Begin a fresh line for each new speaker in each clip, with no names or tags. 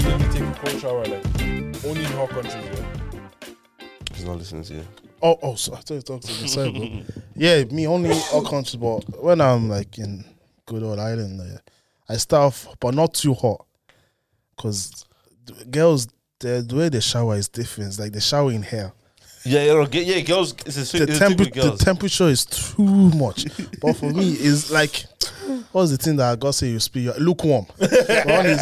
Coach Arale. Only in our country. Yeah.
He's not listening to you.
Oh, oh, so I thought you talked to me. Sorry, bro. yeah, me only all countries, but when I'm like in good old Ireland, uh, I start off, but not too hot, because girls, the, the way they shower is different. It's like they shower in hair.
Yeah, yeah, okay, yeah, girls. It's a,
The,
it's a thing
temper-
with
the
girls.
temperature is too much, but for me, it's like what's the thing that I got say you speak You're lukewarm. One is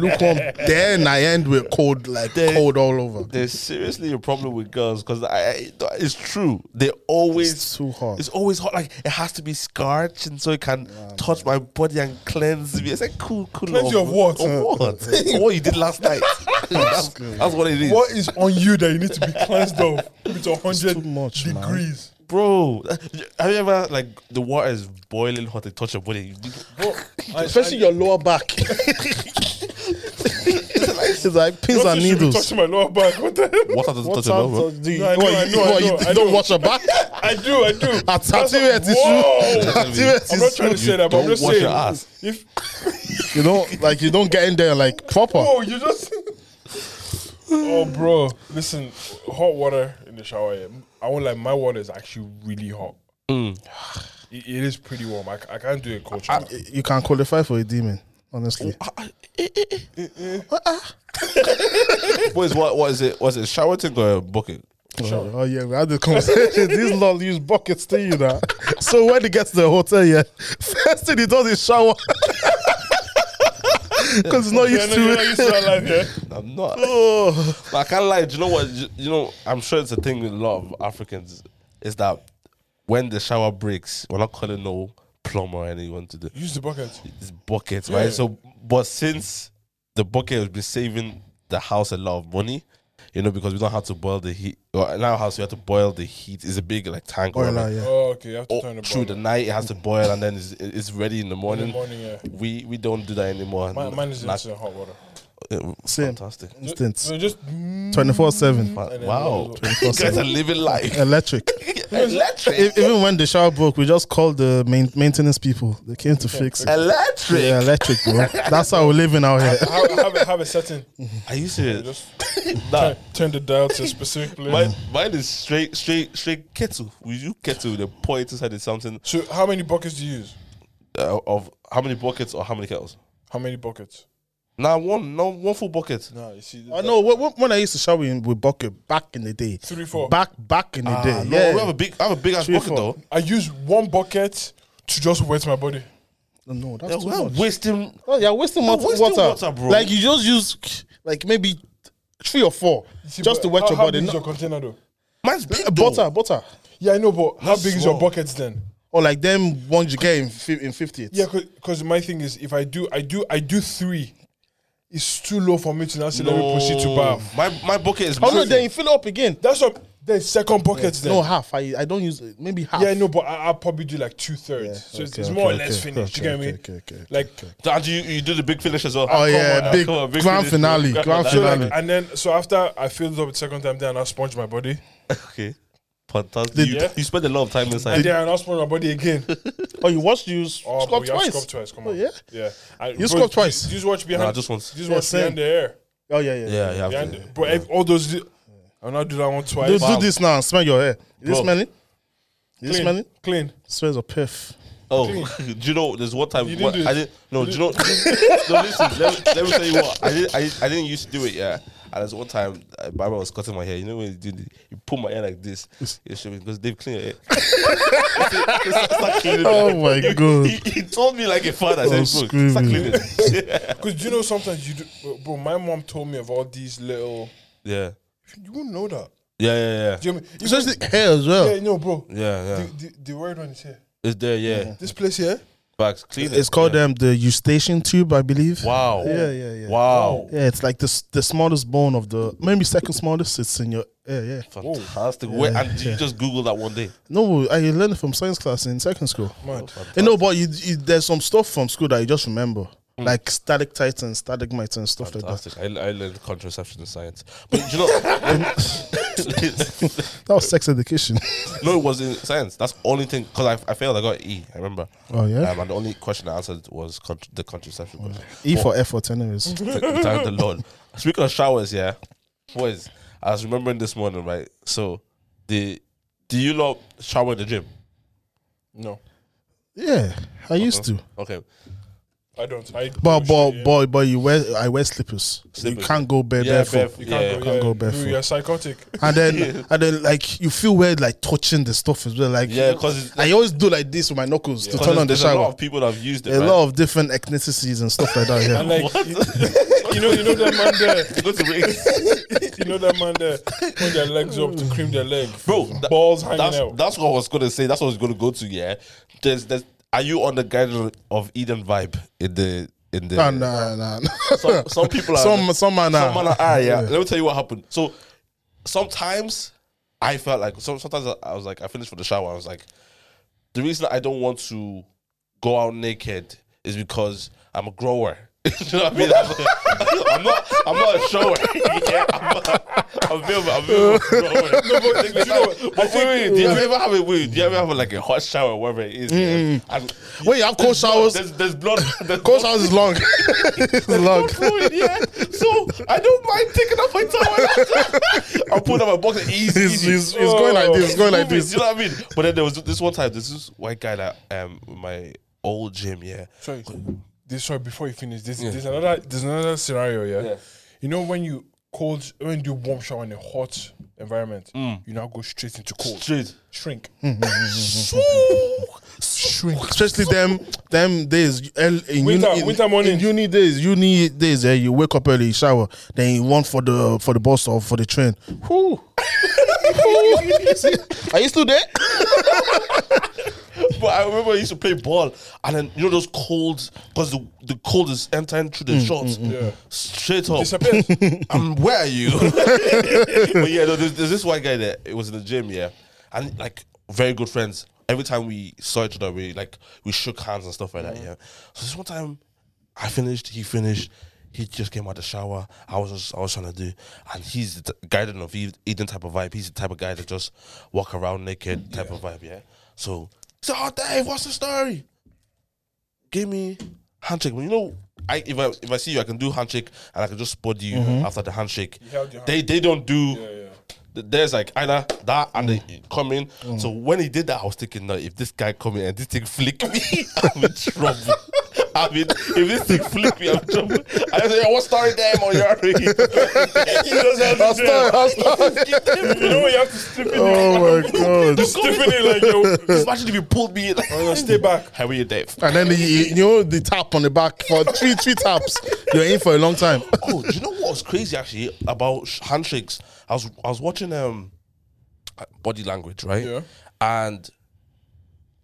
lukewarm. Then I end with cold, like
They-
cold all over.
There's seriously a problem with girls because it's true. They always
It's too hot.
It's always hot. Like it has to be scorched, and so it can touch my body and cleanse me. It's like cool, cool.
Cleanse you of what?
Of what? Of what you did last night. that's, that's what it is,
What is on you that you need to be cleansed of with a
too
hundred
much, man.
degrees?
bro. Have you ever like the water is boiling hot? It touch your body. You-
I-
Especially
I-
your lower back. it's like pins
Nothing should
and
be
needles.
touching my lower back. What the hell?
Water doesn't
What
touch your bro.
time do you,
No, I know, I
what, you-
know, I
what, you
know, I
don't
know.
wash your back?
I do, I do.
I tattoo
That's-
your tissue.
Whoa!
Tattoo your
I'm not trying to
tissue.
say that, but I'm
don't
just
wash
saying.
your ass.
If
You don't like you don't get in there like proper.
oh, you just. oh, bro! Listen, hot water in the shower. Yeah. I won't like my water is actually really hot.
Mm.
It, it is pretty warm. I, ca- I can't do it cold shower.
You can qualify for a demon, honestly.
What is what? What is it? Was it a shower thing or a bucket?
Oh, oh, yeah, we had the conversation. These lol use buckets to you now. So when he gets to the hotel, yeah, first thing he does is shower. Because he's not
Yeah,
used
no, you're
to
not used
it.
to that life, yeah?
I'm not.
Oh.
But I can't lie. Do you know what? You you know, I'm sure it's a thing with a lot of Africans is that when the shower breaks, we're not calling no plumber or anyone to do
Use the bucket.
it's buckets, right?
Yeah.
So, but since the bucket has been saving the house a lot of money, you know, because we don't have to boil the heat. Well, in our house, we have to boil the heat. It's a big like tank or
Boiler,
like,
yeah.
Oh, okay. You have to
oh,
turn the
through the
bucket.
night. It has to boil and then it's, it's ready in the
In
morning.
the morning, yeah.
We we don't do that anymore.
Mine, mine is
Like,
instant hot water.
uh,
Same.
Fantastic.
Instance.
So just
24 7.
Oh. Mm. then
Wow,
it
you guys are living life.
Electric.
Electric.
E- Even when the shower broke, we just called the main- maintenance people. They came to fix it.
Electric.
Yeah, electric, bro. That's how we're living out here.
have, have, a- have a setting.
Are you serious?
Just
Nah,
turn, turn the dial to a specific place.
mine, mine is straight, straight, straight kettle. We do kettle. The point inside is something
So how many buckets do you use?
uh, of how many buckets or how many kettles?
How many buckets?
Nah, one, no, one full bucket.
No, you see.
I know wh- wh- when I used to shower in with bucket back in the day.
Three, four.
Back back in the
Ah,
day.
no,
yeah.
we have a big, I have a big ass
Three,
bucket
four.
though.
I use one bucket to just wet my body.
no, that's
Yeah,
too
we're
much.
wasting.
Oh, you're wasting water,
wasting water, bro.
Like you just use like maybe three or four
See,
just
but
to wet
how-
your
how
body.
big is
No-
your container though?
Mine's big
uh,
though.
butter, butter,
Yeah, I know, but how
That's
big is your
small.
buckets then?
or like them ones you get in, fi- in fifty eight.
Yeah, because my thing is, if I do, I do, I do three. It's too low for me to now say let me proceed to bath.
My my bucket is.
Oh no,
massive.
then you fill it up again.
That's what. Then second buckets then.
No half. I I don't use maybe half.
yeah, I know, but I, I'll probably do like two thirds. so it's,
okay,
it's
okay,
more or
okay,
less
okay,
finished. you
okay,
get me?
okay, okay, okay,
like,
And you you do the big finish as well.
Oh, yeah,
now,
big- grand finale, grand
so like,
finale.
and then so after I filled it up the second time, then I sponge my body,
Okay, fantastic.
Did-
you,
Yeah.
you spend a lot of time
and
inside.
then I sponge my body again.
Oh, you watch you s-
Oh,
scrub
but you have to
twice.
scuff twice. Come on.
Oh, yeah?
Yeah. I,
You scuff twice.
You just watch behind.
Nah, just once.
Just
Yeah,
watch
same.
behind the air.
Oh yeah, yeah.
Yeah, you have
Behind,
to.
Bro, ev- all those. I'll not do that one
Do,
twice.
do this now and smell your hair. Is it
Bro.
smelling? Is it
Clean.
smelling?
Clean.
Smells of piff.
Oh, do you know? There's one time
You
what,
didn't do
I
it.
didn't. No, do you know? no, listen. Let me, let me tell you what. I didn't. I, I didn't used to do it. Yeah. And there's one time, uh, Barbara was cutting my hair. You know when you do, the- you pull my hair like this. You show me because they've cleaned your hair. Start cleaning it.
Oh my god.
He, he told me like a father. I
Oh,
said, "Look, start
screw
cleaning." it."
Because you know sometimes you do. Bro, bro, my mom told me of all these little.
yeah.
You won't know that.
Yeah, yeah, yeah,
Do you know what I mean? Even-
Especially hair as well.
yeah, no, bro.
yeah, yeah.
The, the, the word one is here.
It's there, yeah.
This place here.
Facts, clean it.
It's called
Yeah.
um the eustachian tube, I believe.
Wow.
Yeah, yeah, yeah.
Wow.
Yeah, it's like the s- the smallest bone of the maybe second smallest. It's in your yeah, Oh. yeah.
Fantastic. Where, and you just Google that one day.
No, I learned it from science class in second school.
Mad.
You know, but you, you, there's some stuff from school that you just remember,
Hmm.
like static titans, stalagmites, and stuff like
Fantastic. I, I learned contraception in science. But you know,
that. That was sex education.
no, it was in science. That's the only thing because I, I failed. I got E. I remember.
Oh, yeah? Oh.
Um, and the only question I answered was contr the contraception question. Mhm.
e for effort, anyways.
Thank the Lord. Speaking of showers, yeah, boys. I was remembering this morning, right? So, the do you lot shower in the gym?
No,
Yeah, I used to.
Okay,
I don't. I
But
oh,
but
shit, yeah.
but but you wear I wear slippers.
Slippers.
You can't go bare
yeah,
barefoot.
barefoot,
you
yeah.
can't, go,
can't
yeah.
go
You-
barefoot.
You're psychotic.
And then and then like you feel weird like touching the stuff as well. Like
Yeah, 'cause it's-
I always do like this with my knuckles to turn on the
there's a lot
shower.
of people that have used it.
A
right?
lot of different ethnicities and stuff like that. Yeah.
And like you, you know, you know that man there.
Go to race.
You know that man there. Put their legs up to cream their leg,
bro. that-
Balls hanging
that's,
out.
That's what I was gonna say. That's what I was gonna go to. Yeah, there's, there's Are you on the guidance of Eden vibe in the in the?
Nah, nah, nah.
Some, some people are
Some- some are
Some
nah.
man are ah, yeah.
Yeah.
Let me tell you what happened. So sometimes I felt like some, sometimes I- I was like I finished for the shower. I was like, the reason I don't want to go out naked is because I'm a grower. you know what I mean? I'm, I'm not. I'm not a shower. yeah, I'm, a, I'm, a bit of a- I'm a bit of a grower. Like,
you know what?
but wait, wait, do you ever have a wait? Do you ever have like a hot shower, wherever it is? yeah? And
Mm-hmm. Wait, you have cold showers.
there's, there's blood. There's blood
Cold showers is long. it's long.
fluid, yeah. So I don't mind taking off my towel. I'll put it on my box. Easy,
He's,
easy. Oh,
he's, he's going like this. He's going like
Move it,
this.
You know what I mean? But then there was this one time. There's this white guy that um my old gym. Yeah.
Sorry, this sorry. Before you finish, this there's another there's another scenario. Yeah?
Yeah.
you know when you cold when you do warm shower in a hot environment, you now go straight into cold.
Mm. Straight. Hmm.
Shrink.
Shrink. Especially them them days el- in
Winter-
uni, in-
winter morning.
in uni days, uni days. Eh, you wake up early, you shower, then you run for the for the bus or for the train. Whew. See, Are you still there?
But I remember I used to play ball, and then you know those colds because the the cold is entering through the shorts.
Yeah.
Straight up.
Disappears.
I'm where are you? but yeah, no, there's, there's this white guy there. It was in the gym, yeah, and like very good friends. Every time we saw each other, we like we shook hands and stuff like that. Yeah. So this one time, I finished. He finished. He just came out the shower. I was just, I was trying to do, and he's the t- guy that of Ed- Eden type of vibe. He's the type of guy that just walk around naked type of vibe. Yeah. So he said, "Oh, Dave, what's the story?" give me handshake. But you know, I if I if I see you, I can do handshake and I can just spot you after the handshake.
Mm-hmm. held your
They they don't do.
yeah. Mm.
th- There's like either that and they come in. So when he did that, I was thinking, no, if this guy come in and this thing flick me, I'm in trouble. I mean, if this thing flick me, I'm in trouble. I say, what story damn on your He doesn't have to
I'll
do it.
start, I'll start.
you know when you have to slip in.
Oh my god.
Slipping it like yo,
Just Imagine if you pulled me in. Like,
no, stay back.
How are you, Dave?
And then the, you know the tap on the back for three three taps. You're in for a long time.
oh, do you know what was crazy actually about sh- handshakes? I was I was watching um uh, body language, right?
Yeah.
And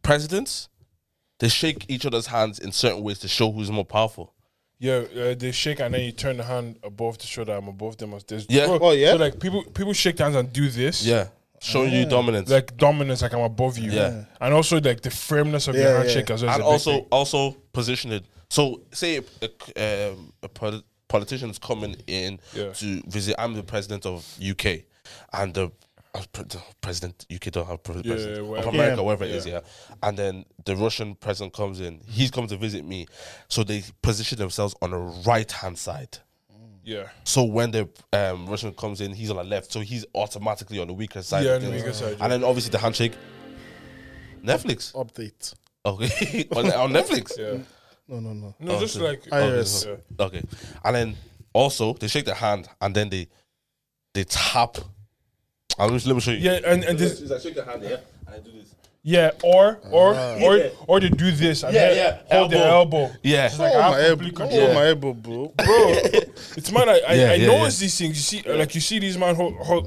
presidents, they shake each other's hands in certain ways to show who's more powerful.
Yeah, uh, they shake and then you turn the hand above to show that I'm above them. As this.
Yeah.
Bro,
Oh, yeah?
So like people people shake hands and do this.
Yeah. Showing you dominance.
Like dominance, like I'm above you.
Yeah.
And also like the firmness of
Yeah,
your
yeah.
handshake as well.
and
is a big
also
thing.
also positioning. So say a, a, um, a poli- politician is coming in
Yeah.
to visit. I'm the president of UK, and the uh, pre- the president UK don't have pre- president of
whatever.
America,
Yeah.
wherever it is. Yeah, and then the Russian president comes in. He's come to visit me, so they position themselves on the right hand side.
yeah.
So when the um, Russian comes in, he's on the left, so he's automatically on the weaker side.
Yeah,
of
on the
things.
weaker side, yeah.
And then obviously the handshake. Netflix,
Update.
okay, on, on Netflix.
Oh. Yeah.
No, no, no.
No,
Oh,
just
so-
like
I- iOS.
Okay, so- okay. And then also they shake their hand and then they they tap. I'll just, let me show you.
yeah, and, and this
I shake their hand, yeah, and I do this.
yeah, or or or
Yeah.
or they do this and
Yeah,
then
yeah.
hold their
Elbow.
elbow.
Yeah.
Like,
oh,
I
my
have
elbow,
complete
oh
control.
my elbow, bro.
bro. It's mad. I I,
Yeah,
I
yeah,
notice these things. You see, like you see these man hold, hold,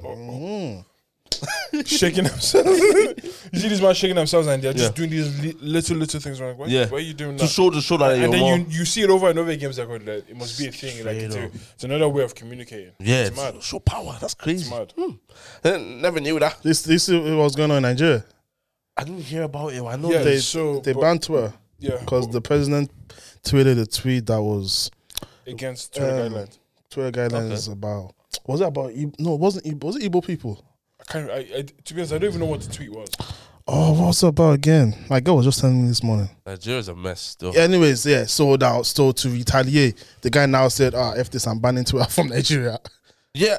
Mm-hmm.
shaking themselves. you see these man shaking themselves, and they're
Yeah.
just doing these li- little little things. Like, why,
Yeah.
why are you doing
To
that?
show the show that you're
And
more.
then you, you see it over and over again. It's like, oh, like, it must be a thing. Like it's, a,
up.
it's another way of communicating.
yeah,
it's mad.
it's show power. That's crazy.
mad.
Hmm. I never knew that.
This this is what's going on in Nigeria.
I didn't hear about it. I know
Yeah.
that.
They
so-
they
but-
banned Twitter
Yeah,
because the president tweeted a tweet that was
against Twitter
um,
guidelines.
Twitter guidelines about was it about Ib- no it wasn't Ib- was it Igbo people
I can't. I, I, to be honest, I don't even know what the tweet was.
Oh, what's up about again? My girl was just telling me this morning.
Nigeria's a mess still.
Yeah, anyways, yeah, sold out. So to retaliate, the guy now said, "Ah, f this, I'm banning Twitter from Nigeria."
Yeah.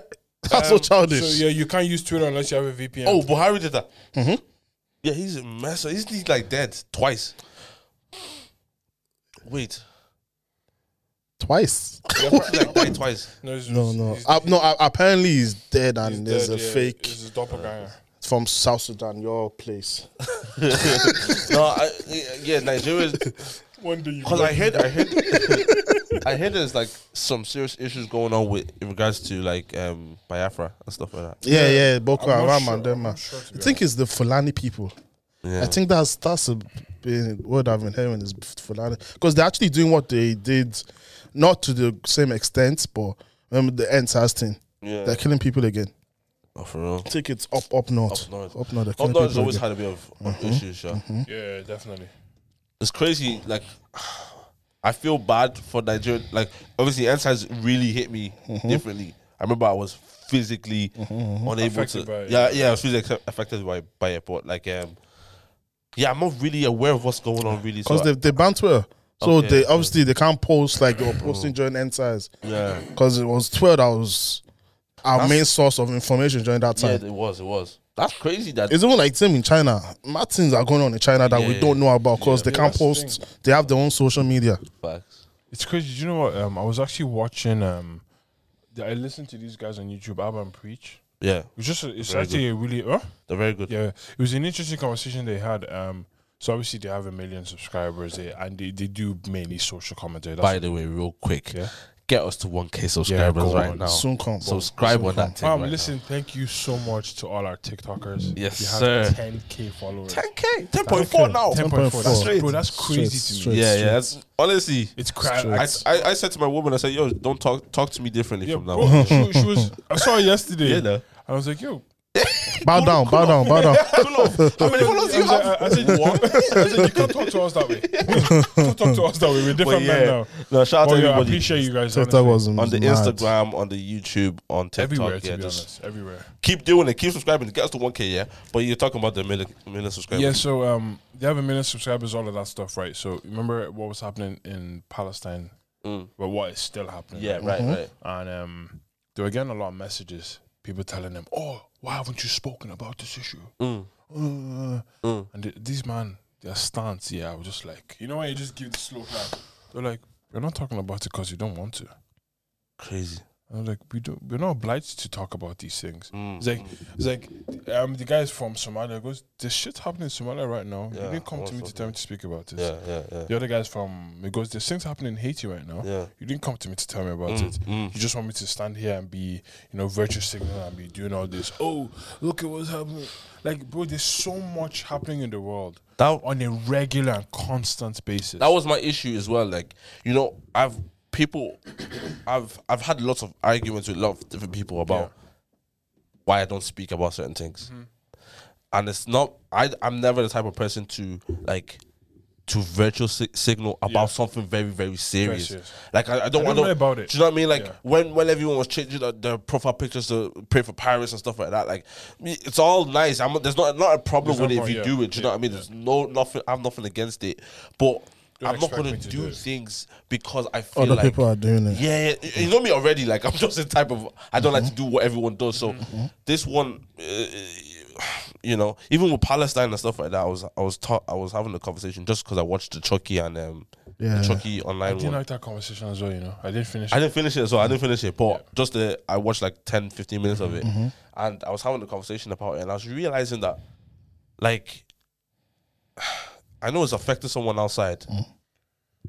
That's so childish.
Um, So yeah, you can't use Twitter unless you have a VPN.
Oh, Buhari did that.
Mm-hmm.
Yeah, he's a mess. Isn't he like dead twice? Wait.
Twice.
Yeah, Buhari, like died twice.
no, it's-
No, no,
it's-
uh, no. uh, apparently, he's dead, and
it's
there's
dead,
a
yeah.
fake
It's a doppelganger.
from South Sudan, your place.
No, I, yeah, Nigeria's
One day you.
Because I heard, I heard, I heard there's like some serious issues going on with in regards to like um Biafra and stuff like that.
Yeah, yeah, Boko
I'm not
Haram
sure,
and them.
I'm
man.
not sure, to
I
be
think it's the Fulani people.
Yeah.
I think that's that's a been word I've been hearing is Fulani because they're actually doing what they did, not to the same extent, but remember the NSAS thing.
yeah.
They're killing people again.
oh, for real.
Take it up, up north,
Up north.
up north. They're
Up
killing
North's
people
always
again.
had a bit of of
Mm-hmm.
issues. Yeah.
Yeah, definitely.
It's crazy. Like, I feel bad for Nigeria. Like, obviously, NSAS really hit me
Mm-hmm.
differently. I remember I was physically unable
Affected by
to.
it,
Yeah, yeah, I was physically affected by by it, but like um. Yeah, I'm not really aware of what's going on, really. So
because they they banned Twitter. So
uh, Okay,
they
okay.
obviously they can't post like they were posting during NSAS
yeah,
because it was Twitter that was our main source of information during that
yeah,
time.
it was, it was. That's crazy. That
It's even like same in China. Mad things are going on in China that we
Yeah.
don't know about because they
Yeah,
can't
that's the
post. They have their own social media.
facts.
It's crazy. Do you know what? Um, I was actually watching. Um, the- I listened to these guys on YouTube, Ab and Preach.
Yeah,
It was just. a- It's
Very
actually a really. Huh?
they're very good.
Yeah, it was an interesting conversation they had. Um, so obviously they have a million subscribers, they, and they, they do mainly social commentary. That's
By the way, real quick,
Yeah.
get us to 1k subscribers
go
right
on.
now.
Soon come.
Oh, Subscribe
Soon
on
come.
that thing.
Fam,
right
listen, thank you so much to all our TikTokers.
Yes,
you
sir.
have 10k followers.
now. 10k, 10.4 now.
10.4.
10.4.
That's-
Straight.
Bro, that's crazy
Straight,
to me.
straight.
Yeah, yeah. That's, honestly,
It's crazy.
I, I, I said to my woman, I said, "Yo, don't talk talk to me differently
yeah,
from now."
bro,
on.
she, she was. I saw her yesterday.
Yeah, no.
and I was like, yo.
Bow down, bow down, bow down.
Cool off. How many followers do you
I, was
have?
like- I, I said, what? I said, you can't talk to us that way. You can't talk to us that way. We're
But
different men
yeah,
now.
no. Shout out
But
to
yeah, I
everybody
appreciate you guys.
TikTok
honestly.
was
on the
mad.
Instagram, on the YouTube, on TikTok.
everywhere, to
yeah,
be
just
honest. Everywhere.
keep doing it. Keep subscribing. Get us to 1k, yeah. But you're talking about the million, million subscribers.
Yeah, so um, they have a million subscribers, all of that stuff, right? So remember what was happening in Palestine,
Mm.
but what is still happening?
Yeah,
right?
right,
Mhm.
right.
And um, they were getting a lot of messages, people telling them, "Oh, why haven't you spoken about this issue?"
Mm.
Uh,
Mm.
and th- these man, their stance, yeah, I was just like, you know what? You just give the slow clap. They're like, "You're not talking about it because you don't want to."
Crazy.
I was like, "We don't. We're not obliged to talk about these things."
Mm.
It's like, it's like, um, the guy's from Somalia goes, "This shit's happening in Somalia right now.
Yeah,
you didn't come
what's
to me to
up,
tell
man?"
me to speak about this."
yeah, yeah, yeah.
The other guy's from he goes, There's things happening in Haiti right now.
Yeah.
You didn't come to me to tell me about it.
Mm.
You just want me to stand here and be, you know, virtue signaling and be doing all this. Oh, look at what's happening. Like, bro, there's so much happening in the world
That
on a regular and constant basis.
that was my issue as well. Like, you know, I've people, I've I've had lots of arguments with a lot of different people about why I don't speak about certain things,
Mm-hmm.
and it's not. I I'm never the type of person to like to virtual sig- signal about
Yeah.
something very very serious.
serious.
Like I, I don't
I
want
don't know about it.
Do you know what I mean? Like
Yeah.
when when everyone was changing their, their profile pictures to pray for pirates and stuff like that. Like me- it's all nice. I'm there's not not a problem
There's
with
no
it if you
point,
do
yeah.
it. Do you know what I mean? There's no nothing. I have nothing against it, but
Don't
I'm not
expect
gonna
me to
do
do it.
things because I feel
Other
like
people are doing it.
yeah, yeah, you know me already. Like I'm just the type of I don't like
Mm-hmm.
to do what everyone does. So this one, uh, you know, even with Palestine and stuff like that, I was I was ta- I was having a conversation just because I watched the Chucky and um
Yeah.
the Chucky
I
online
didn't
one.
like that conversation as well, you know. I didn't finish
I
it.
didn't finish it, so I didn't finish it. But just the I watched like 10, 15 minutes of it,
Mm-hmm.
and I was having a conversation about it, and I was realizing that, like, I know it's affecting someone outside,
Mm.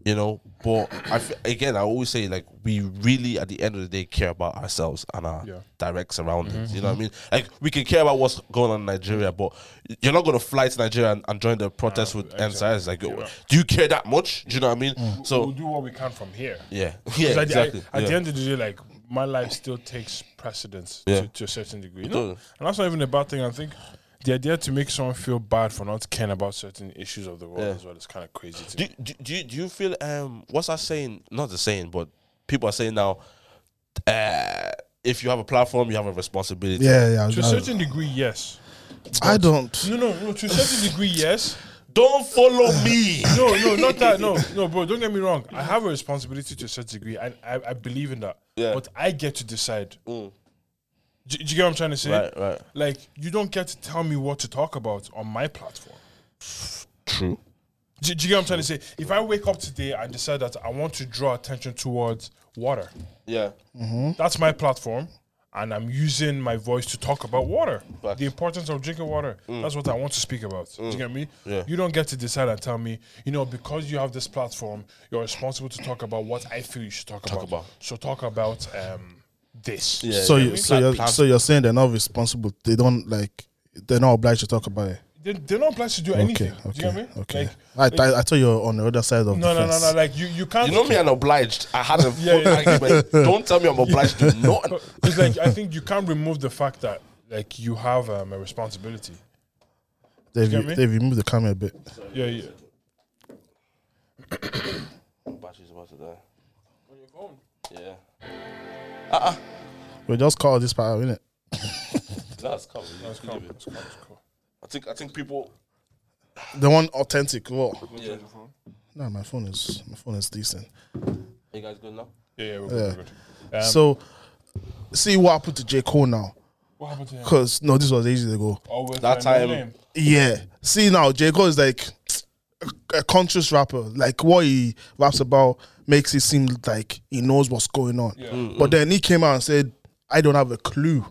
you know. But I f- again, I always say like we really at the end of the day care about ourselves and our
Yeah. Mm-hmm.
direct surroundings. You know what I mean? Like we can care about what's going on in Nigeria, but you're not gonna fly to Nigeria and, and join the protest with
Ah, exactly.
NSIS. Like,
Yeah.
do you care that much? Do you know what I mean?
we'll
So.
do what we can from here.
Yeah, yeah,
'Cause at the- I-
exactly.
at
yeah.
the end of the day, like my life still takes precedence
Yeah.
to, to a certain degree.
It
No,
does.
and that's not even a bad thing. I think the idea to make someone feel bad for not caring about certain issues of the world
Yeah.
as well is kind of crazy. To
do,
me.
do, do, you, do you feel um what's that saying not the saying but people are saying now uh if you have a platform you have a responsibility
yeah, yeah. I was-
To a
I was-
certain degree, yes.
I don't.
No, no, no. To a certain degree, yes.
Don't follow me.
No, no, not that. No, no, bro. Don't get me wrong. I have a responsibility to a certain degree, and I, I believe in that.
Yeah.
But I get to decide. Do, do you get what I'm trying to say?
Mm. Right, right.
Like, you don't get to tell me what to talk about on my platform.
True.
Do, do you get what I'm trying to say? If I wake up today and decide that I want to draw attention towards water,
Yeah.
that's my platform, and I'm using my voice to talk about water,
Facts. Mm.
the importance of drinking water. That's what I want to speak about. Do you get me?
Yeah.
You don't get to decide and tell me, you know, because you have this platform, you're responsible to talk about what I feel you should talk, about.
about.
So talk about um, this.
Yeah.
so
yeah.
you, so you're,
Plant-
so you're saying they're not responsible. They don't like. They're not obliged to talk about it.
They, they're not obliged to do
Okay.
anything. Do you
Okay.
get me?
okay.
Like,
I, I I thought you were on the other side of
no,
the
no,
fence.
no, no. Like you, you can't.
You know me, I'm obliged. I had a full
Yeah, yeah.
argument. Don't tell me I'm obliged to not.
It's like I think you can't remove the fact that like you have um, a responsibility.
They've,
You get me?
they've removed the camera a bit.
Yeah, yeah.
Battery's about to die.
On your phone.
Yeah.
We just call this part out, innit?
That's covered.
That's cool. That's cool. That's cool.
I think I think people.
The one authentic. What?
Yeah.
No, my phone is my phone is decent.
you guys good now?
Yeah, yeah, we're good. We're good. Um,
so, see what happened to J Cole now?
what happened to him?
Cause no, this was ages ago.
Oh, with
That
uh,
time-
No Name.
Yeah. See now, J. Cole is like a conscious rapper. Like what he raps about makes it seem like he knows what's going on.
Yeah.
But then he came out and said, I don't have a clue.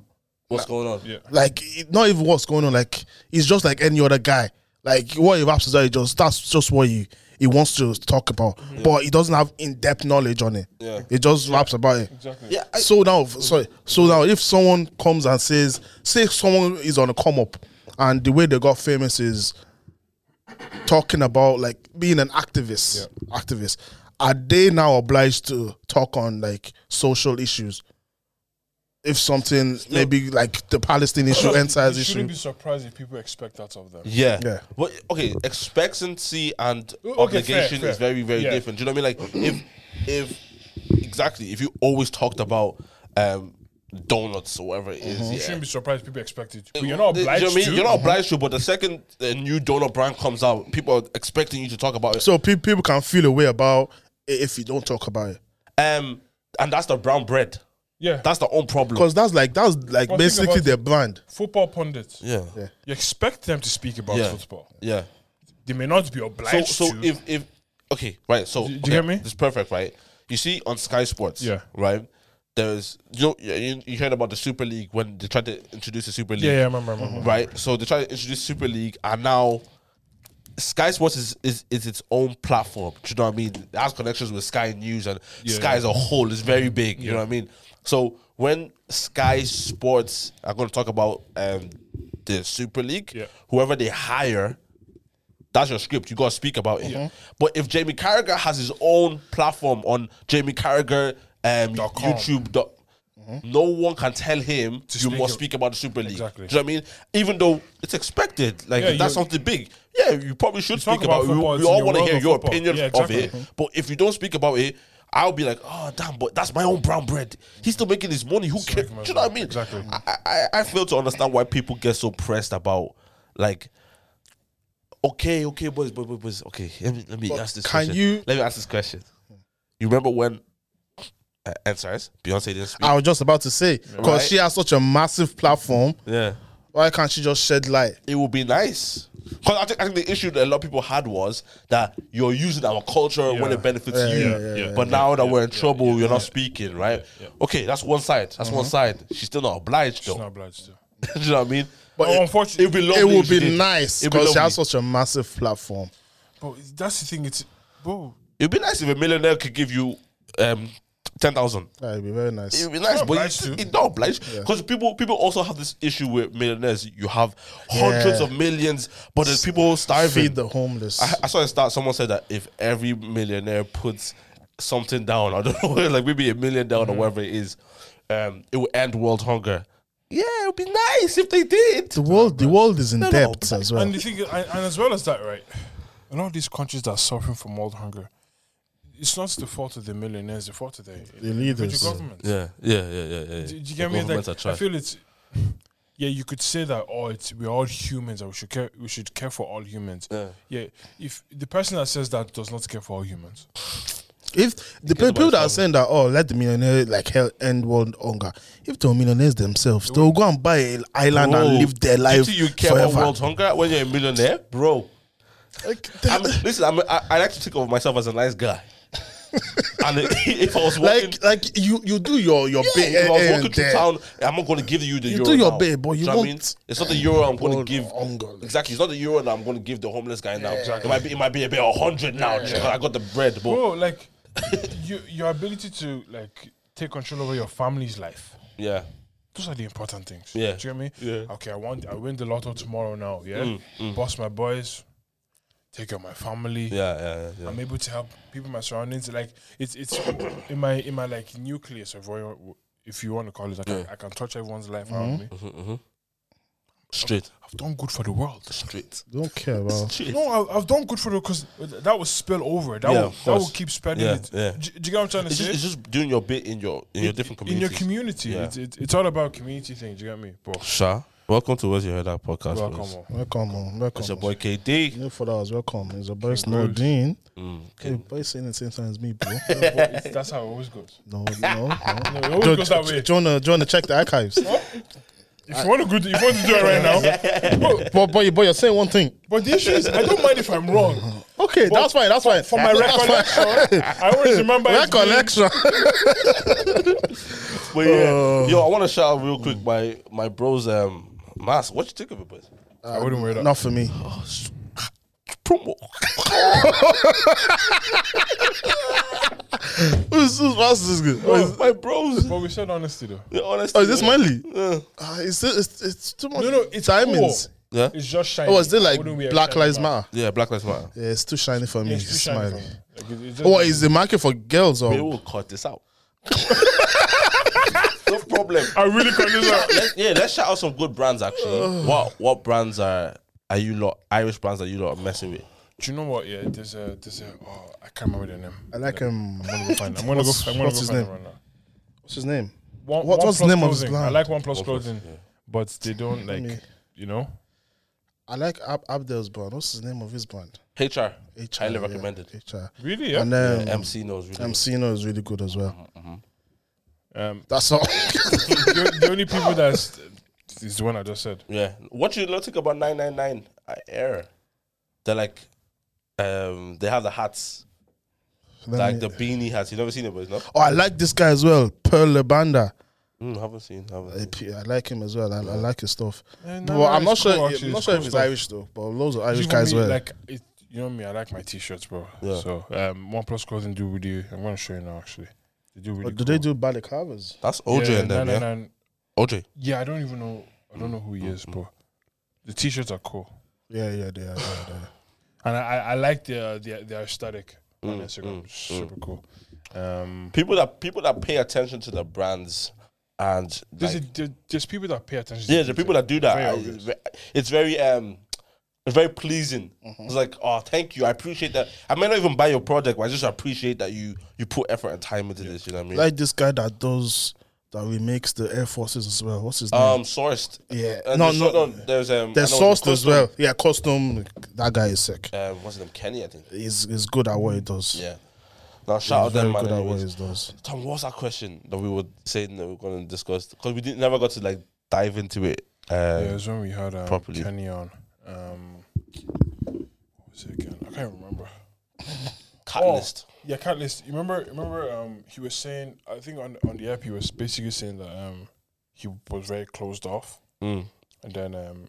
What's going on?
Yeah.
Like it- not even what's going on. Like he's just like any other guy. Like what he raps about, he just that's just what he, he wants to talk about. But he doesn't have in depth knowledge on it.
Yeah.
He just raps about it.
Exactly.
Yeah. I,
So now, sorry. So now, if someone comes and says, say someone is on a come up, and the way they got famous is talking about like being an activist, activist, are they now obliged to talk on like social issues? If something maybe like the Palestine issue, end size
You
issue,
shouldn't be surprised if people expect that of them.
yeah.
Yeah.
But okay, expectancy and
fair,
obligation
fair.
is very, very
Yeah.
different. Do you know what I mean? Like if if exactly if you always talked about um donuts or whatever it is,
You
yeah.
shouldn't be surprised people expect it. But Mm-hmm. you're not obliged
you know what I mean?
to. Mm-hmm.
You're not obliged to, but the second a new donut brand comes out, people are expecting you to talk about it.
so pe- people can feel a way about it if you don't talk about it,
Um, and that's the brown bread.
yeah.
That's the own problem.
because that's like that's like
Well, think
basically
about
their brand.
Football pundits.
Yeah, yeah,
You expect them to speak about
Yeah.
football.
yeah.
They may not be
So,
obliged
so
to.
if if okay, right. So
Do you
okay,
get me?
This is perfect, right? You see on Sky Sports,
Yeah.
right. There's you know you, you- you heard about the Super League when they tried to introduce the Super League,
yeah, yeah, I remember, I remember.
Mm-hmm. right? So they tried to introduce Super League, and now Sky Sports is, is, is its own platform. Do you know what I mean? It has connections with Sky News and Sky
yeah. Mm-hmm.
as a whole is very big. You know what I mean? So when Sky Sports are going to talk about um, the Super League,
Yeah.
whoever they hire, that's your script. You gotta speak about it. Mm-hmm. But if Jamie Carragher has his own platform on Jamie Carragher um,
Dot com. Mm-hmm.
YouTube. Dot, No one can tell him you
speak
must
ab-
speak about the Super League.
Exactly.
Do you know what I mean? Even though it's expected, like
Yeah,
if that's
you-
something big. Yeah, you probably should
talk
speak about,
about
it. We-
football,
We,
it's in
all
your
want to
world
hear
of
your
football.
opinion
Yeah,
of
exactly.
it. But if you don't speak about it, I'll be like, oh damn, but that's my own brown bread. He's still making his money. Who cares? Do
making
you
his
know what I
money.
mean?
Exactly.
I, I, I fail to understand why people get so pressed about like okay, okay, boys, boys, boys, boys. Okay, let me, let me ask this
can
question.
you-
let me ask this question? You remember when uh, NSARS, Beyonce didn't speak?
I was just about to say because
Right.
she has such a massive platform.
yeah.
Why can't she just shed light?
It would be nice. Because I think, I think the issue that a lot of people had was that you're using our culture when
Yeah.
it benefits
Yeah,
you.
yeah, yeah, yeah,
but now that we're in trouble, you're not speaking, right? Okay, that's one side. That's
Mm-hmm.
one side. She's still not obliged,
She's
though.
not obliged to.
Do you know what I mean?
But
it,
unfortunately,
it'd be lovely.
it would
if she
be
did.
nice
It'd be
because she has
lovely.
such a massive platform.
But that's the thing. It's bro.
It'd be nice if a millionaire could give you um, 10,000.
That would be very nice.
It'd be nice,
not
but
obliged
you-
to.
it not obliged because people people also have this issue with millionaires. You have hundreds
Yeah.
of millions, but there's people starving.
Feed the homeless.
I, I saw a start. Someone said that if every millionaire puts something down, I don't know, like maybe a million down
Mm-hmm.
or whatever it is, um, it will end world hunger. Yeah, it would be nice if they did.
the world, the world is in
no,
debt as well.
And the thing, is- and, and as well as that, right? A lot of these countries that are suffering from world hunger, it's not the fault of the millionaires. The fault of the,
leaders.
government.
Yeah, yeah, yeah, yeah. yeah.
Do, do you get me? Like, I feel it's yeah, you could say that. Oh, it's we're all humans, and we should care. We should care for all humans.
Yeah.
Yeah, if the person that says that does not care for all humans,
If the
cares
people
about
that are
his
saying that, oh, let the millionaire like hell end world hunger, if the millionaires themselves, they will go and buy an island
Bro,
and live their life
Do you care
forever.
about world hunger when you're a millionaire, bro?
Like,
I'm, listen, I'm, I, I like to think of myself as a nice guy. and if I was walking,
like, like you, you do your your bit.
if I was
eh,
walking
and
through
there.
town, I'm not going to give you the
You
euro.
do your
now.
bit, but you
Do know what I
don't-
mean? It's not the euro I'm going
World
to give.
hunger, like-
Exactly, it's not the euro that I'm going to give the homeless guy now. It might be, it might be about hundred now. because I got the bread, but
bro, like, you, your ability to like take control over your family's life.
yeah,
Those are the important things.
Yeah.
do you get me?
Yeah. Mm,
Okay, I want. I win the lotto tomorrow. Now, yeah. Boss my boys. Take care of my family.
yeah, yeah, yeah.
I'm able to help people in my surroundings. Like it's it's in my in my like nucleus of what, if you want to call it. Like I, I can touch everyone's life
Mm-hmm.
around me.
Straight,
I've done good for the world.
straight,
Don't care about.
straight.
No, I, I've done good for the because that will spill over. That
Yeah,
will
of
that will
course.
keep spreading.
Yeah,
it.
yeah.
Do, do you get what I'm trying to
It's
say?
just, it's just doing your bit in your in your different
in
communities.
your community.
Yeah.
It's, it's it's all about community thing. Do you get me, bro?
Sha, welcome to Where's Your Head Out podcast.
Welcome.
bros.
on.
Welcome, on, welcome.
It's your boy KD.
No followers, welcome. It's your boy
Bruce.
Snowden.
Mm.
Hey, boy, saying the same thing as me, bro.
But it's- That's how it always goes.
No, no, no.
No, it always
Do,
goes
do,
that
do,
way.
do you wanna, do you wanna check the archives?
If you want to good, if you want to do it right now. Bro,
but, but, but you're saying one thing.
but the issue is, I don't mind if I'm wrong.
Okay, that's fine. That's fine.
For my recollection, I always remember. it being-
recollection.
But yeah, yo, I want to shout out real quick my my bros um mask. What you think of it, boys?
I wouldn't wear that.
Not for me.
Promo.
Who's who's fast Oh, is this good?
Bro, my bros.
But we said honesty though.
Yeah, honestly,
Oh, is this manly?
Yeah.
Uh, it's, it's it's too much.
No, no, it's
diamonds.
cool.
Yeah.
It's just shiny.
Oh, is it
I
like
wouldn't wear
Black
shiny
Lives
back.
Matter?
Yeah, Black Lives Matter.
Yeah, it's too shiny for me.
Yeah, it's too shiny. for
Smiley.
me. Like, it- it's just-
What is the market for girls
We
or?
will cut this out. no problem.
I really can't do that.
Let's, yeah, let's shout out some good brands actually. what what brands are are you lot Irish brands are you lot messing with?
Do you know what? Yeah, there's a there's a oh I can't remember the name.
I like um.
I'm gonna go find. I'm gonna go.
What's-
I'm gonna
what's
go
his
find it
name?
right now.
What's his name?
One,
What-
One
what's the
Plus
name of his
clothing.
brand?
I like One Plus
Plus,
clothing, but they don't
me-
like you know.
I like Ab- Abdel's brand. What's his name of his brand?
HR.
HR.
Highly
yeah,
recommended.
HR.
Really, yeah.
And then um,
MC knows really.
Amcino is really good as
Uh-huh.
well.
Um,
That's all.
the, the only people that's is the one I just said.
Yeah. What you not think about 999 Air? They're like, um, they have the hats,
Let
like
me-
the beanie hats. You've never seen it, but it's not.
Oh, I like this guy as well, Pearl Labanda.
Mm, haven't seen. Haven't
I
seen.
I like him as well. I, I like his stuff.
Eh,
But
no, no,
I'm
it's
not sure.
cool,
I'm
actually,
not
it's
sure
cool
if it's
stuff.
Irish though, but loads of Irish
Even
guys
me,
well.
Like it, you know me, I like my t-shirts, bro.
Yeah.
So um, One Plus clothing do really. I'm gonna show you now. Actually, they do really.
Oh,
But do
cool.
they do balaclavas?
That's OJ
yeah,
and them, yeah. Mm-hmm.
999
OJ.
Yeah, I don't even know. I don't know who he is, but the t-shirts are cool,
Yeah, yeah, they are. They are, they are.
and I, I, I like their their their aesthetic on
Mm,
Mm,
Instagram. Super cool. Um,
People that people that pay attention to the brands and
there's,
like-
a, there- there's people that pay attention.
yeah, the people that do that,
Very
I-
obvious.
it's very um, it's very pleasing.
Mm-hmm.
It's like, oh, thank you, I appreciate that. I may not even buy your product, but I just appreciate that you you put effort and time into this. You know what I mean?
Like this guy that does that remakes the Air Forces as well. What's his name?
um, sourced.
mm. Yeah.
And
No,
there's
no.
There's um,
They're
I know it's
sourced as
custom.
well. Yeah, custom. That guy is sick.
um, what's his name? Kenny, I think.
He's, he's good at what he does.
Yeah. Now shout out
he's very
them,
good
man.
at what
anyways.
he does.
Tom, what's that question that we were saying that we are going to discuss? Because we didn't never got to like dive into it.
Yeah, it
Uh,
was when we had um,
Properly.
Kenny on. Um, what was it again? I can't remember.
Catalyst.
Yeah, Catalyst. You remember? Remember? Um, he was saying. I think on on the app, he was basically saying that um, he was very closed off.
Mm.
And then um,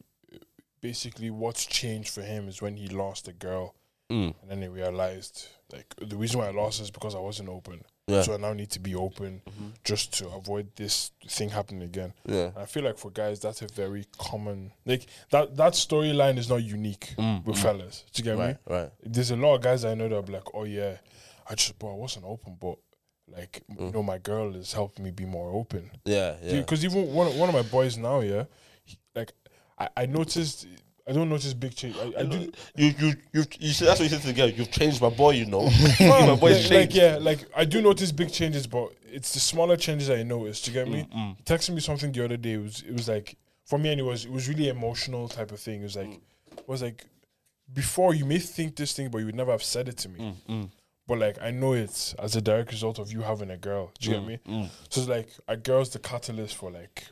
basically, what's changed for him is when he lost the girl,
Mm.
and then he realized like the reason why I lost is because I wasn't open.
Yeah.
So I now need to be open just to avoid this thing happening again.
Yeah.
And I feel like for guys, that's a very common like that that storyline is not unique with fellas. Do you get me?
Mm, Right. Right.
There's a lot of guys I know that are like, oh yeah, I just bro, I wasn't open, but like you know, my girl is helping me be more open
Mm. Yeah. Yeah.
because even one one of my boys now, yeah, he- like I, I noticed. I don't notice big change. I, I do.
You you you you see that's what you said to the girl. You've changed my boy, you know.
Fam,
my boy's
like, like
changed.
yeah, like I do notice big
Mm.
Mm, changes, but it's the smaller changes I notice. Do you get me? He texted me something the other day. It was it was like for me, and it was it was really emotional type of thing. It was like
Mm.
it was like before you may think this thing, but you would never have said it to me. But like I know it's as a direct result of you having a girl. Do you
Mm.
get me? So it's like a girl's the catalyst for like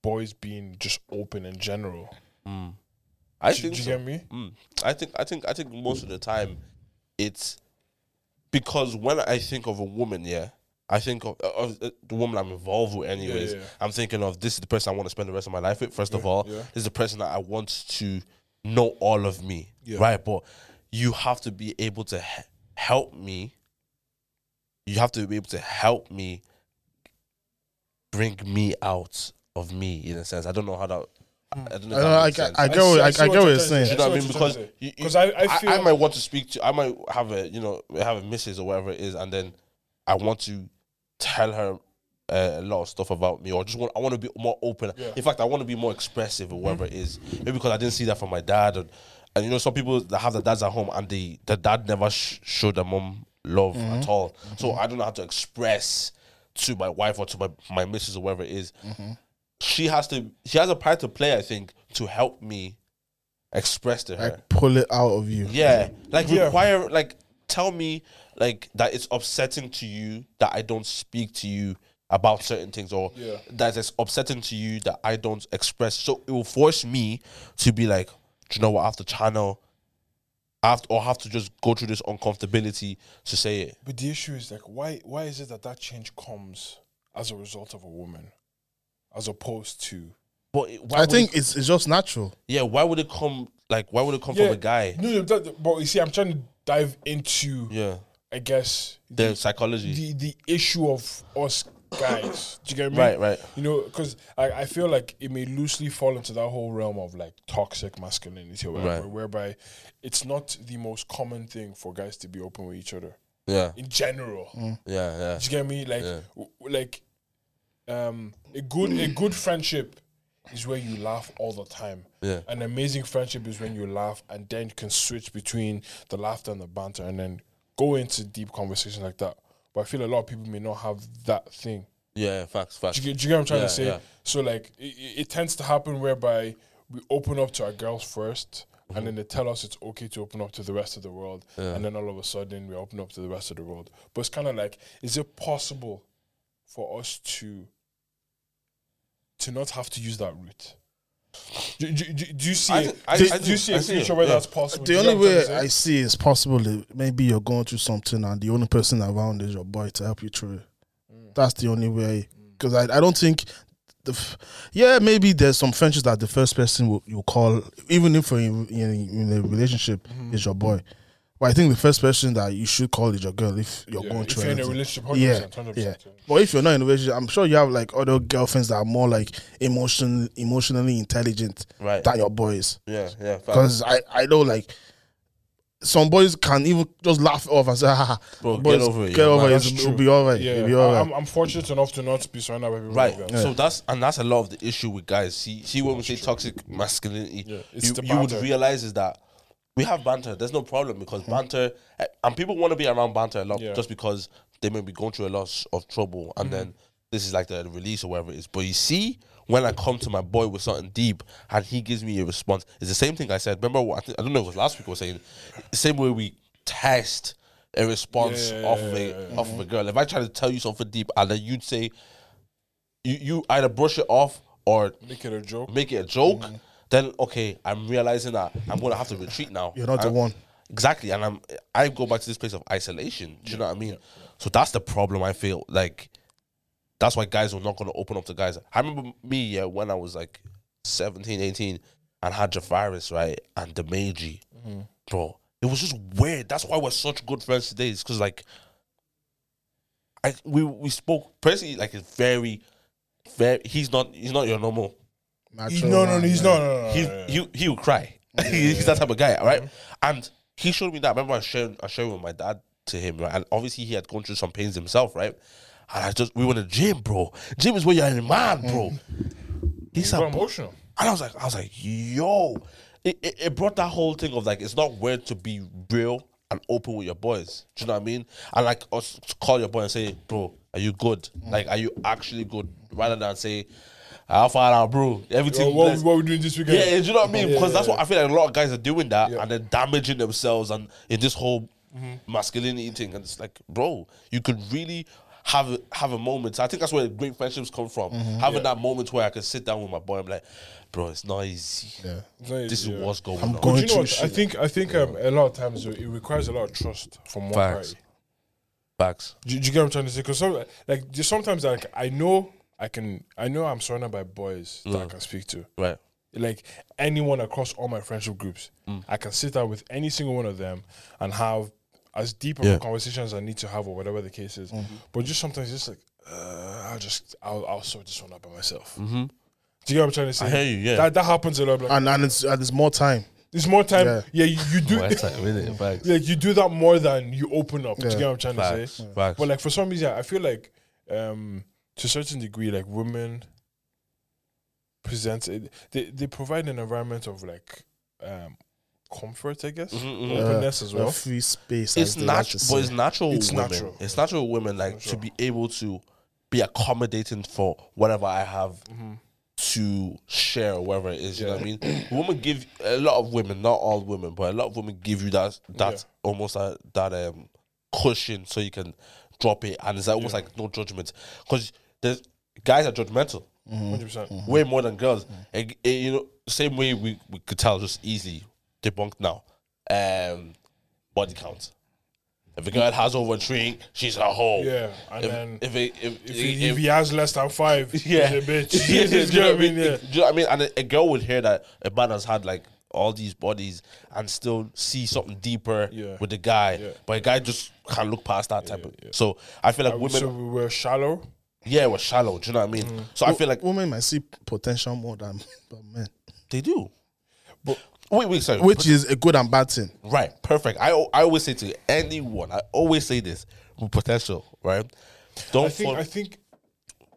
boys being just open in general.
I
mm, Do,
think
do you
so.
get me?
Mm. I think I think I think most of the time, it's because when I think of a woman, yeah, I think of, of uh, the woman I'm involved with. Anyways,
yeah.
I'm thinking of this is the person I want to spend the rest of my life with. First of all,
yeah.
this is the person that I want to know all of me,
Yeah.
right? But you have to be able to he- help me. You have to be able to help me bring me out of me in a sense. I don't know how that. I don't know.
I,
If
know,
that
I,
makes sense.
I, I get what, I, I get what you're
É.
saying.
Do you know what I mean? Because you- you-
'Cause I- I feel-
I, might want to speak to, I might have a, you know, have a missus or whatever it is, and then I want to tell her uh, a lot of stuff about me, or just want, I want to be more open.
Yeah.
In fact, I want to be more expressive or whatever it is. Maybe because I didn't see that from my dad, and, and you know, some people that have their dads at home and the the dad never sh- showed their mom love at all. So I don't know how to express to my wife or to my my missus or whatever it is. She has to. She has a part to play, I think, to help me express to her.
Like pull it out of you.
Yeah, like
Yeah.
require like tell me like that it's upsetting to you that I don't speak to you about certain things or
Yeah.
that it's upsetting to you that I don't express. So it will force me to be like, do you know what? I have to channel, I have to, or have to just go through this uncomfortability to say it.
But the issue is like, why why is it that that change comes as a result of a woman, as opposed to
But it- why
I
would
think
it-
it's it's just natural.
yeah, why would it come like why would it come
Yeah.
from a guy?
no, no that, but you see, I'm trying to dive into
Yeah,
I guess
the psychology.
the the issue of us guys. Do you get me?
Right, right.
You know, because I, I feel like it may loosely fall into that whole realm of like toxic masculinity or whatever,
Right.
whereby it's not the most common thing for guys to be open with each other
yeah,
in general.
yeah, yeah.
Do you get me? Like,
Yeah.
w- like, um, a good a good friendship is where you laugh all the time.
Yeah.
An amazing friendship is when you laugh and then you can switch between the laughter and the banter and then go into deep conversation like that. But I feel a lot of people may not have that thing.
Yeah, facts,
Do
facts.
you, get- do you get what I'm trying
Yeah,
to say?
yeah.
So like, it, it tends to happen whereby we open up to our girls 1st
Mm-hmm.
and then they tell us it's okay to open up to the rest of the world, and then all of a sudden we open up to the rest of the world. But it's kind of like, is it possible for us to to not have to use that route? Do, do, do, do you see?
I
it?
thi- I-
do,
I
do
do.
you see a
I see it,
future where
yeah.
that's possible? Do
The
you
only
get what I'm
way
trying
I
to say?
see is possible. that Maybe you're going through something, and the only person around is your boy to help you through. it. That's the only way. Because I, I don't think the f- yeah maybe there's some friendships that the first person will, you call even if you're in, in, in a relationship is your boy. But I think the first person that you should call is your girl if you're
Yeah,
going
if
through
you're in a
anything.
relationship,
yeah,
100%, 100%,
yeah.
yeah.
But if you're not in a relationship, I'm sure you have like other girlfriends that are more like emotion emotionally intelligent
Right. Uh-huh.
than your boys.
yeah, yeah, facts.
Because I, I know like some boys can even just laugh it off and say, "Ha, ha,
Bro, get
boys,
over it,
Get
yeah,
over
man,
it.
that's
It'll
true.
be all right.
Yeah,
It'll be all
I,
right.
I'm, I'm fortunate enough to not be surrounded by people
Right.
like that.
So that's and that's a lot of the issue with guys. See, see when we say toxic masculinity,
Yeah, it's
you,
the
you would
banter. Hmm.
realize is that we have banter. There's no problem because banter eh, and people want to be around banter a lot
Yeah. Hmm.
just because they may be going through a lot of trouble and then this is like the release or whatever it is. But you see, when I come to my boy with something deep and he gives me a response, it's the same thing I said. Remember what I, think, I don't know if it was last week I was saying. The same way we test a response
Yeah,
off of a off of a girl. If I try to tell you something deep and then you'd say you, you either brush it off or
Make it a joke.
make it a joke,
Mm-hmm.
then okay, I'm realizing that I'm gonna have to retreat now.
You're not the
I-
one.
Exactly, and I'm I go back to this place of isolation. Do you know what I mean? So that's the problem. I feel like that's why guys are not gonna open up to guys. I remember me yeah when I was like 17, 18 and had Jafaris right and Demeji, bro. It was just weird. That's why we're such good friends today. It's because like I we we spoke personally like it's very. Very, he's not. He's not your normal
He-
Natural
no, no,
man,
no, he's
yeah.
not. No, no, no,
he
no, no.
he he would cry. he's that type of guy, right? And he showed me that. I remember I shared I shared with my dad to him, right? And obviously he had gone through some pains himself, right? And I just we were in the gym, bro. Gym is where you're in the man, bro. He's
Got
a bo-
emotional.
and I was like, I was like, yo, it, it, it brought that whole thing of like, it's not weird to be real and open with your boys. Do you know what I mean? And like, us to call your boy and say, bro, are you good? Like, are you actually good? Rather than say, I'll find out, bro. Everything.
Yo, what,
blessed.
what we doing this weekend?
Yeah, do you know what I mean?
Yeah,
Because that's
yeah.
what I feel like a lot of guys are doing that
Yeah. Mm-hmm.
and they're damaging themselves and in this whole masculinity thing. And it's like, bro, you could really have a- have a moment. I think that's where great friendships come from.
Mm-hmm.
Having that moment where I can sit down with my boy, I'm like, bro, it's not easy.
Yeah.
It's not
This is
easy, yeah.
what's going on.
I'm
But
going
you know
through
what? I
shit.
think I think um, a lot of times it requires a lot of trust from one
Facts.
party.
Facts.
Do, you- do you get what I'm trying to say? Because some, like just sometimes like I know I can I know I'm surrounded by boys that I can speak to.
Right.
Like anyone across all my friendship groups, I can sit down with any single one of them and have as deep of
Yeah.
a conversation as I need to have or whatever the case is. But just sometimes it's like uh, I'll just I'll, I'll sort this one out by myself. Do you get what I'm trying to say?
I hear you, yeah.
That that happens a lot. Like,
And and it's, and it's more time.
there's more time. Yeah,
Yeah.
you, you do.
Right time, innit? Facts.
like you do that more than you open up. Do you
Yeah.
get what I'm trying to
Facts.
say?
Facts.
But like for some reason, I feel like um, to a certain degree, like women present it. They they provide an environment of like um, comfort, I guess,
Mhm, mhm.
openness as
A
well.
free space.
it's
as they like to
natural,
say.
but it's natural.
It's
women.
natural.
It's natural with women like to
Natural.
be able to be accommodating for whatever I have to share, or whatever it is. You know what I mean? women give a lot of women, not all women, but a lot of women give you that that
Yeah.
almost that that um cushion so you can drop it, and it's almost like no judgment because there's guys are judgmental
Hundred percent.
way more than girls.
Mm.
And, and, you know, same way we, we could tell just easily debunked now. Um, body count. If a girl has over three, she's a hoe.
Yeah, and
If,
then
if, it, if,
if, he,
if-
if he has less than five,
yeah,
he's a bitch.
Yeah,
Do you
do you
get
know
what I mean? Yeah.
Do you know what I mean? And a, a girl would hear that a man has had like all these bodies and still see something deeper
Yeah.
with the guy,
Yeah.
but a guy just can't look past that type of. So I feel like women,
So Mm. we were shallow.
yeah, were shallow. Do you know what I mean? So I feel like
women might see potential more than than men,
they do. But wait, wait, sorry.
which is a good and bad thing.
Right, perfect. I I always say to anyone, I always say this with potential, right? Don't
I think.
follow.
I think.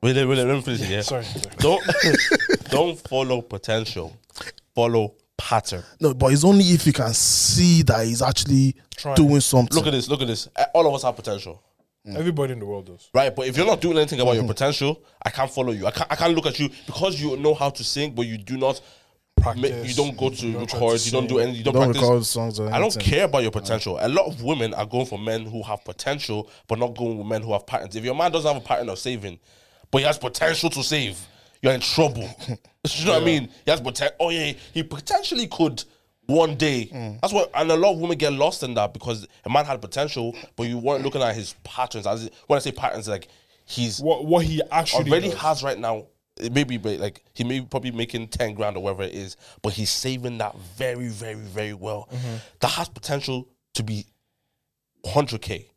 wait, wait, wait, let me finish it. Yeah.
Sorry. sorry.
Don't don't follow potential. Follow pattern.
No, but it's only if you can see that he's actually
Trying.
doing something.
Look at this. Look at this. Uh, All of us have potential,
Everybody in the world does.
right? But if you're not doing anything about your potential, I can't follow you. I can't. I can't look at you because you know how to sing, but you do not. Practice. you don't go to record. You don't do anything. You don't,
don't
practice.
record songs or
I don't
anything. Uh-huh.
care about your potential. A lot of women are going for men who have potential, but not going with men who have patterns. If your man doesn't have a pattern of saving, but he has potential to save, you're in trouble. you know what I mean? He has potential. Oh yeah, he potentially could one day.
Mm.
That's what, and a lot of women get lost in that because a man had potential, but you weren't looking at his patterns. As when I say patterns, like he's
What what he actually
already
does.
has right now. It may be but like he may be probably making ten grand or whatever it is, but he's saving that very, very, very well. That has potential to be hundred k,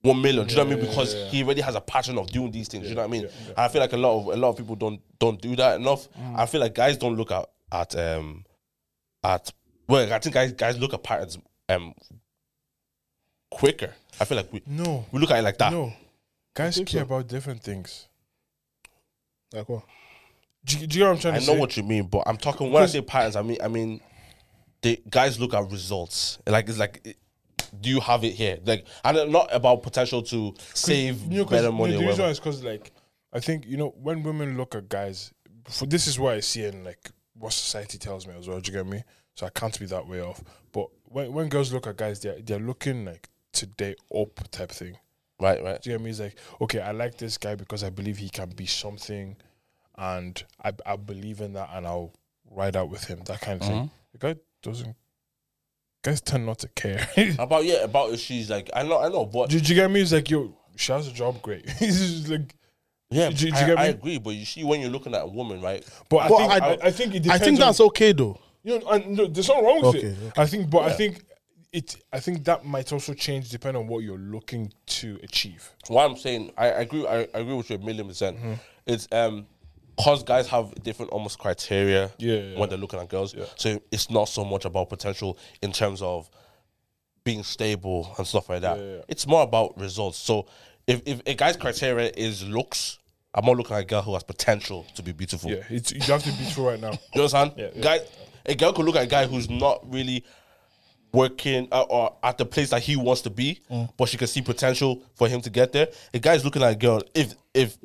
one million. Do you know what I mean? Because he already has a passion of doing these things. do you know what I mean? And I feel like a lot of a lot of people don't don't do that enough. I feel like guys don't look at at um at well, I think guys guys look at patterns um quicker. I feel like we
No.
we look at it like that.
No, guys care about different things.
Like what?
Do you, do you know what I'm trying
I
to
know
say?
what you mean, but I'm talking when I say patterns. I mean, I mean, the guys look at results. Like it's like, it- do you have it here? Like, and not about potential to save
You know, 'cause,
better
you know,
money.
the
or
reason
whatever.
is because, like, I think you know when women look at guys. For, this is what I see and like what society tells me as well. Do you get me? So I can't be that way off. But when when girls look at guys, they're they're looking like today up type thing.
Right, right.
Do you get me? It's like, okay, I like this guy because I believe he can be something, and I I believe in that, and I'll ride out with him. That kind of
Mm-hmm.
thing. The guy doesn't. Guys tend not to care.
About yeah, about if she's like, I know, I know, but
Did you get me? It's like, yo, she has a job, great. It's just like,
yeah,
do you- do you
I,
get
I
me?
agree. But you see, when you're looking at a woman, right?
but I
Well,
think I,
I-
I think it
I
depends.
think that's
on,
okay though.
you know, and no, there's nothing wrong with it.
Okay,
I think, but I think it. I think that might also change depending on what you're looking to achieve.
What I'm saying, I agree. I, I agree with you a million percent.
Mm-hmm.
It's um, cause guys have different almost criteria.
Yeah, yeah, yeah.
when they're looking at girls. So it's not so much about potential in terms of being stable and stuff like that. It's more about results. So if if a guy's criteria is looks, I'm not looking at a girl who has potential to be beautiful.
Yeah, it's you have to be true right now.
You understand?
yeah.
Guy, a girl could look at a guy who's not really working uh, or at the place that he wants to be,
Mm.
but she can see potential for him to get there. A guy's looking at a girl. If if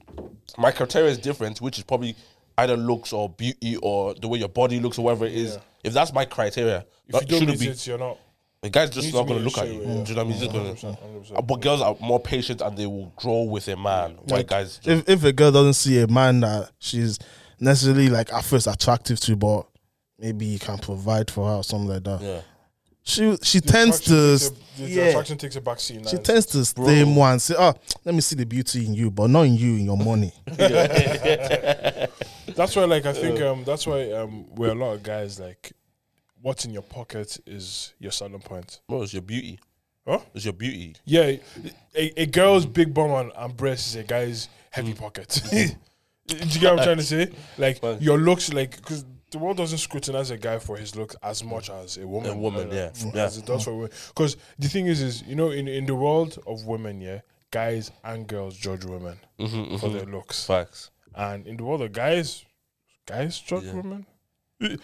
my criteria is different, which is probably either looks or beauty or the way your body looks or whatever it is.
Yeah.
If that's my criteria,
If you
that
don't
shouldn't
meet
be.
it, you're not.
The guy's
you
just
need
not
to
going to
be
look at
straight
you.
with
Do you
it.
know what I mean? He's just going
100%,
to.
100%.
But girls are more patient and they will grow with a man. While guys, just,
If if a girl doesn't see a man that she's necessarily like at first attractive to, but maybe you can provide for her or something like that,
yeah.
she she
The
tends
attraction
to
takes a- the, the
yeah.
attraction takes a backseat. now.
She tends to stay more and say, "Oh, let me see the beauty in you, but not in you, in your money."
That's why, like, I think um, that's why um, where a lot of guys like, what's in your pocket is your selling point.
Bro, it's your beauty.
Huh?
It's your beauty.
Yeah, a, a girl's big bum and, and breasts is a guy's heavy
Mm.
pocket. Do you get what I'm trying to say? Like
Well-
your looks, like because the world doesn't scrutinize a guy for his looks as much as a woman.
A woman, yeah.
f-
Yeah.
As it does for women. Because the thing is, is you know, in in the world of women, yeah, guys and girls judge women
Mm.
for their looks,
Facts.
and in the world of guys, guys judge
Yeah.
women.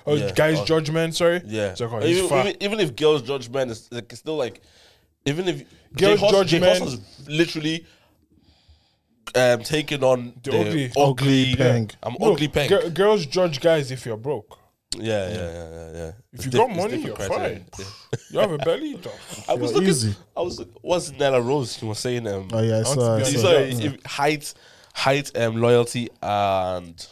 Oh,
Yeah.
guys
Oh.
judge men. Sorry,
Yeah.
So, God, he's
even,
fat.
even, even if girls judge men, it's, like, it's still like, even if Jay
Girls
Huss-
judge
Jay
men-
Huss has literally um, taken on the,
ugly-
ugly, ugly
peng.
I'm
No,
ugly peng.
gi- girls judge guys if you're broke.
Yeah, yeah, yeah, yeah, yeah. It's
you
diff-
got
it's
money,
different
you're
criteria.
fine. You have a belly. dog.
I was
You're
looking.
easy.
I was. What's Nella Rose? She was saying um.
Oh yeah, I saw. I
be
you
saw.
saw
sorry.
it, it- height, height, um, loyalty, and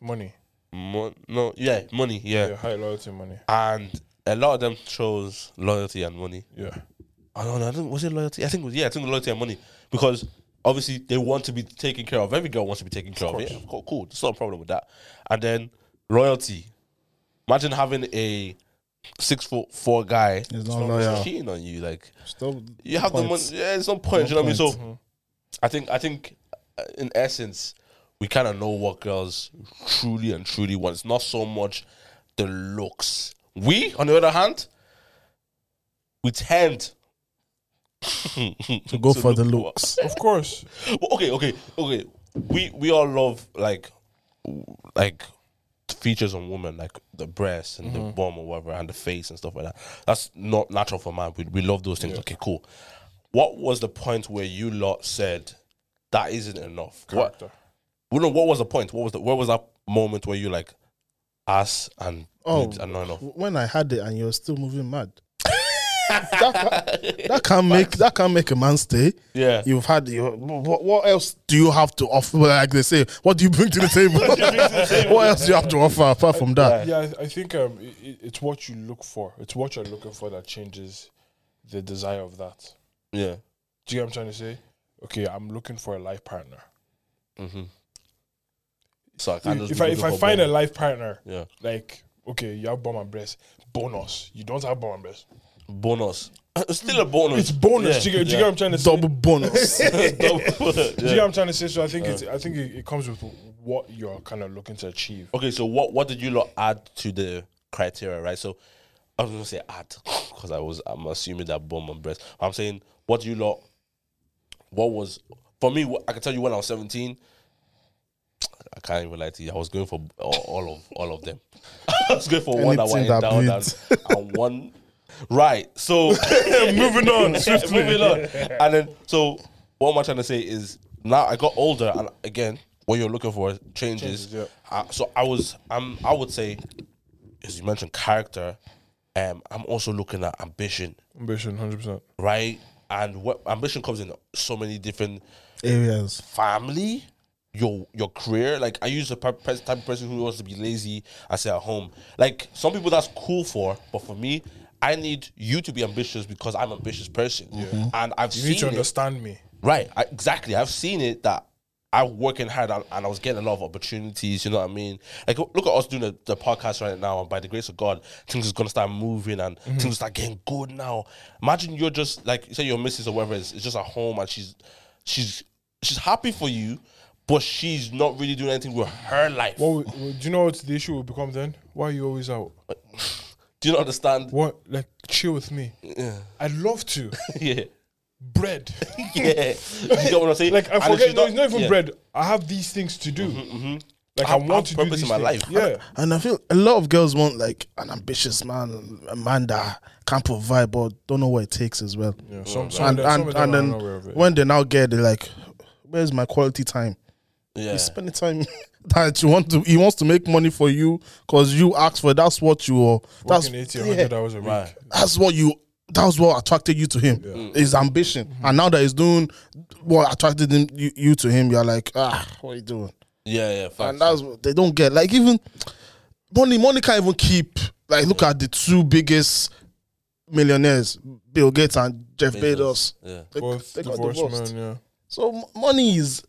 money.
mon- no, yeah, money, yeah.
Yeah, high loyalty money.
and a lot of them chose loyalty and money.
Yeah.
I don't know. I think was it loyalty? I think it was yeah. I think it was loyalty and money because obviously they want to be taken care of. Every girl wants to be taken care of. Yeah, of course, cool. There's not a problem with that. And then loyalty. Imagine having a six foot four guy
He's not loyal.
cheating on you. Like
Stop.
you have the money.
Points.
Yeah, it's not point.
No
you know what I mean? So
point.
I think I think uh, in essence we kind of know what girls truly and truly want. It's not so much the looks. We, on the other hand, we tend
To go
to
for the
look-
looks.
Of course.
Well, okay, okay, okay. We we all love like w- like features on women, like the breasts and
Mm-hmm.
the bum or whatever, and the face and stuff like that. That's not natural for man. We, we love those things. Okay, cool. What was the point where you lot said that isn't enough? What?
Character.
Well, no, what was the point? What was the where was that moment where you like ass and
Oh.
boobs are not enough?
When I had it, and you're still moving mad. that, that can make that can make a man stay.
Yeah.
You've had you, what, what else do you have to offer? Like they say, what do you bring to the table? what else do you have to offer apart from that?
Yeah, I, I think um, i i- it's what you look for. It's what you're looking for that changes the desire of that.
yeah.
Do you get what I'm trying to say? Okay, I'm looking for a life partner.
Mm-hmm. So I can't just
If
be
I, if
looking
I
for
find a
bum.
life partner,
yeah
like, okay, you have bum and breast, bonus. You don't have bum and breast.
bonus, still a bonus.
It's bonus. do, you get, do you get what I'm trying to say?
Double bonus.
Do you get what I'm trying to say? So I think it's, I think it, it comes with what you're kind of looking to achieve.
Okay, so what what did you lot add to the criteria, right? So I was gonna say add because I was I'm assuming that bomb and breast. I'm saying what do you lot what was for me wh- I can tell you when I was 17 I can't even lie to you. I was going for all, all of all of them. I was going for one that went
Anything that
down and,
bleeds.
and one right. So moving on, moving on. And then so what am I trying to say is now I got older and again what you're looking for changes.
Changes, yeah.
Uh, so I was I'm I would say as you mentioned character. Um, I'm also looking at ambition,
Ambition, 100%.
right? And what ambition comes in so many different
Areas.
family, your your career. Like I use the per- pers- type of person who wants to be lazy and stay at home. Like some people that's cool for, but for me, I need you to be ambitious because I'm an ambitious person, and I've
Mm-hmm. You
seen
need to
it.
understand me.
Right, I, exactly. I've seen it that I was working hard and, and I was getting a lot of opportunities. You know what I mean? Like, look at us doing the, the podcast right now, and by the grace of God, things is gonna start moving and
Mm-hmm.
things will start getting good now. Imagine you're just like say your missus or whatever is, is just at home and she's she's she's happy for you, but she's not really doing anything with her life.
Well, do you know what the issue will become then? Why are you always out?
Do you not understand?
What? Like, chill with me. I'd love to.
yeah.
bread.
Yeah, you get what I'm saying.
Like, I
And if
forget,
she's
no, it's not even
yeah. Mm-hmm,
bread. I have these things to do. Like, I,
I- I have
want to do
purpose
these
in my
things.
life.
Yeah.
And I feel a lot of girls want like an ambitious man, a man that can provide but don't know what it takes as well.
yeah some, some
And
of them- some
and,
of them
and
are
then
not aware of it.
when they now get, they're like, "Where's my quality time?
Yeah,
You spend the time that you want to he wants to make money for you because you asked for it. that's what you are that's
Working 80, 100
yeah,
hours a week.
Right.
that's what you that's what attracted you to him his ambition
Mm-hmm.
and now that he's doing what attracted him, you, you to him you're like ah what are you doing
Yeah, yeah,
and that's what they don't get. Like even money, money can't even keep. Like look at the two biggest millionaires, Bill Gates and Jeff Bezos.
Yeah.
They,
Both
they got
divorced,
divorced.
man,
So m- money is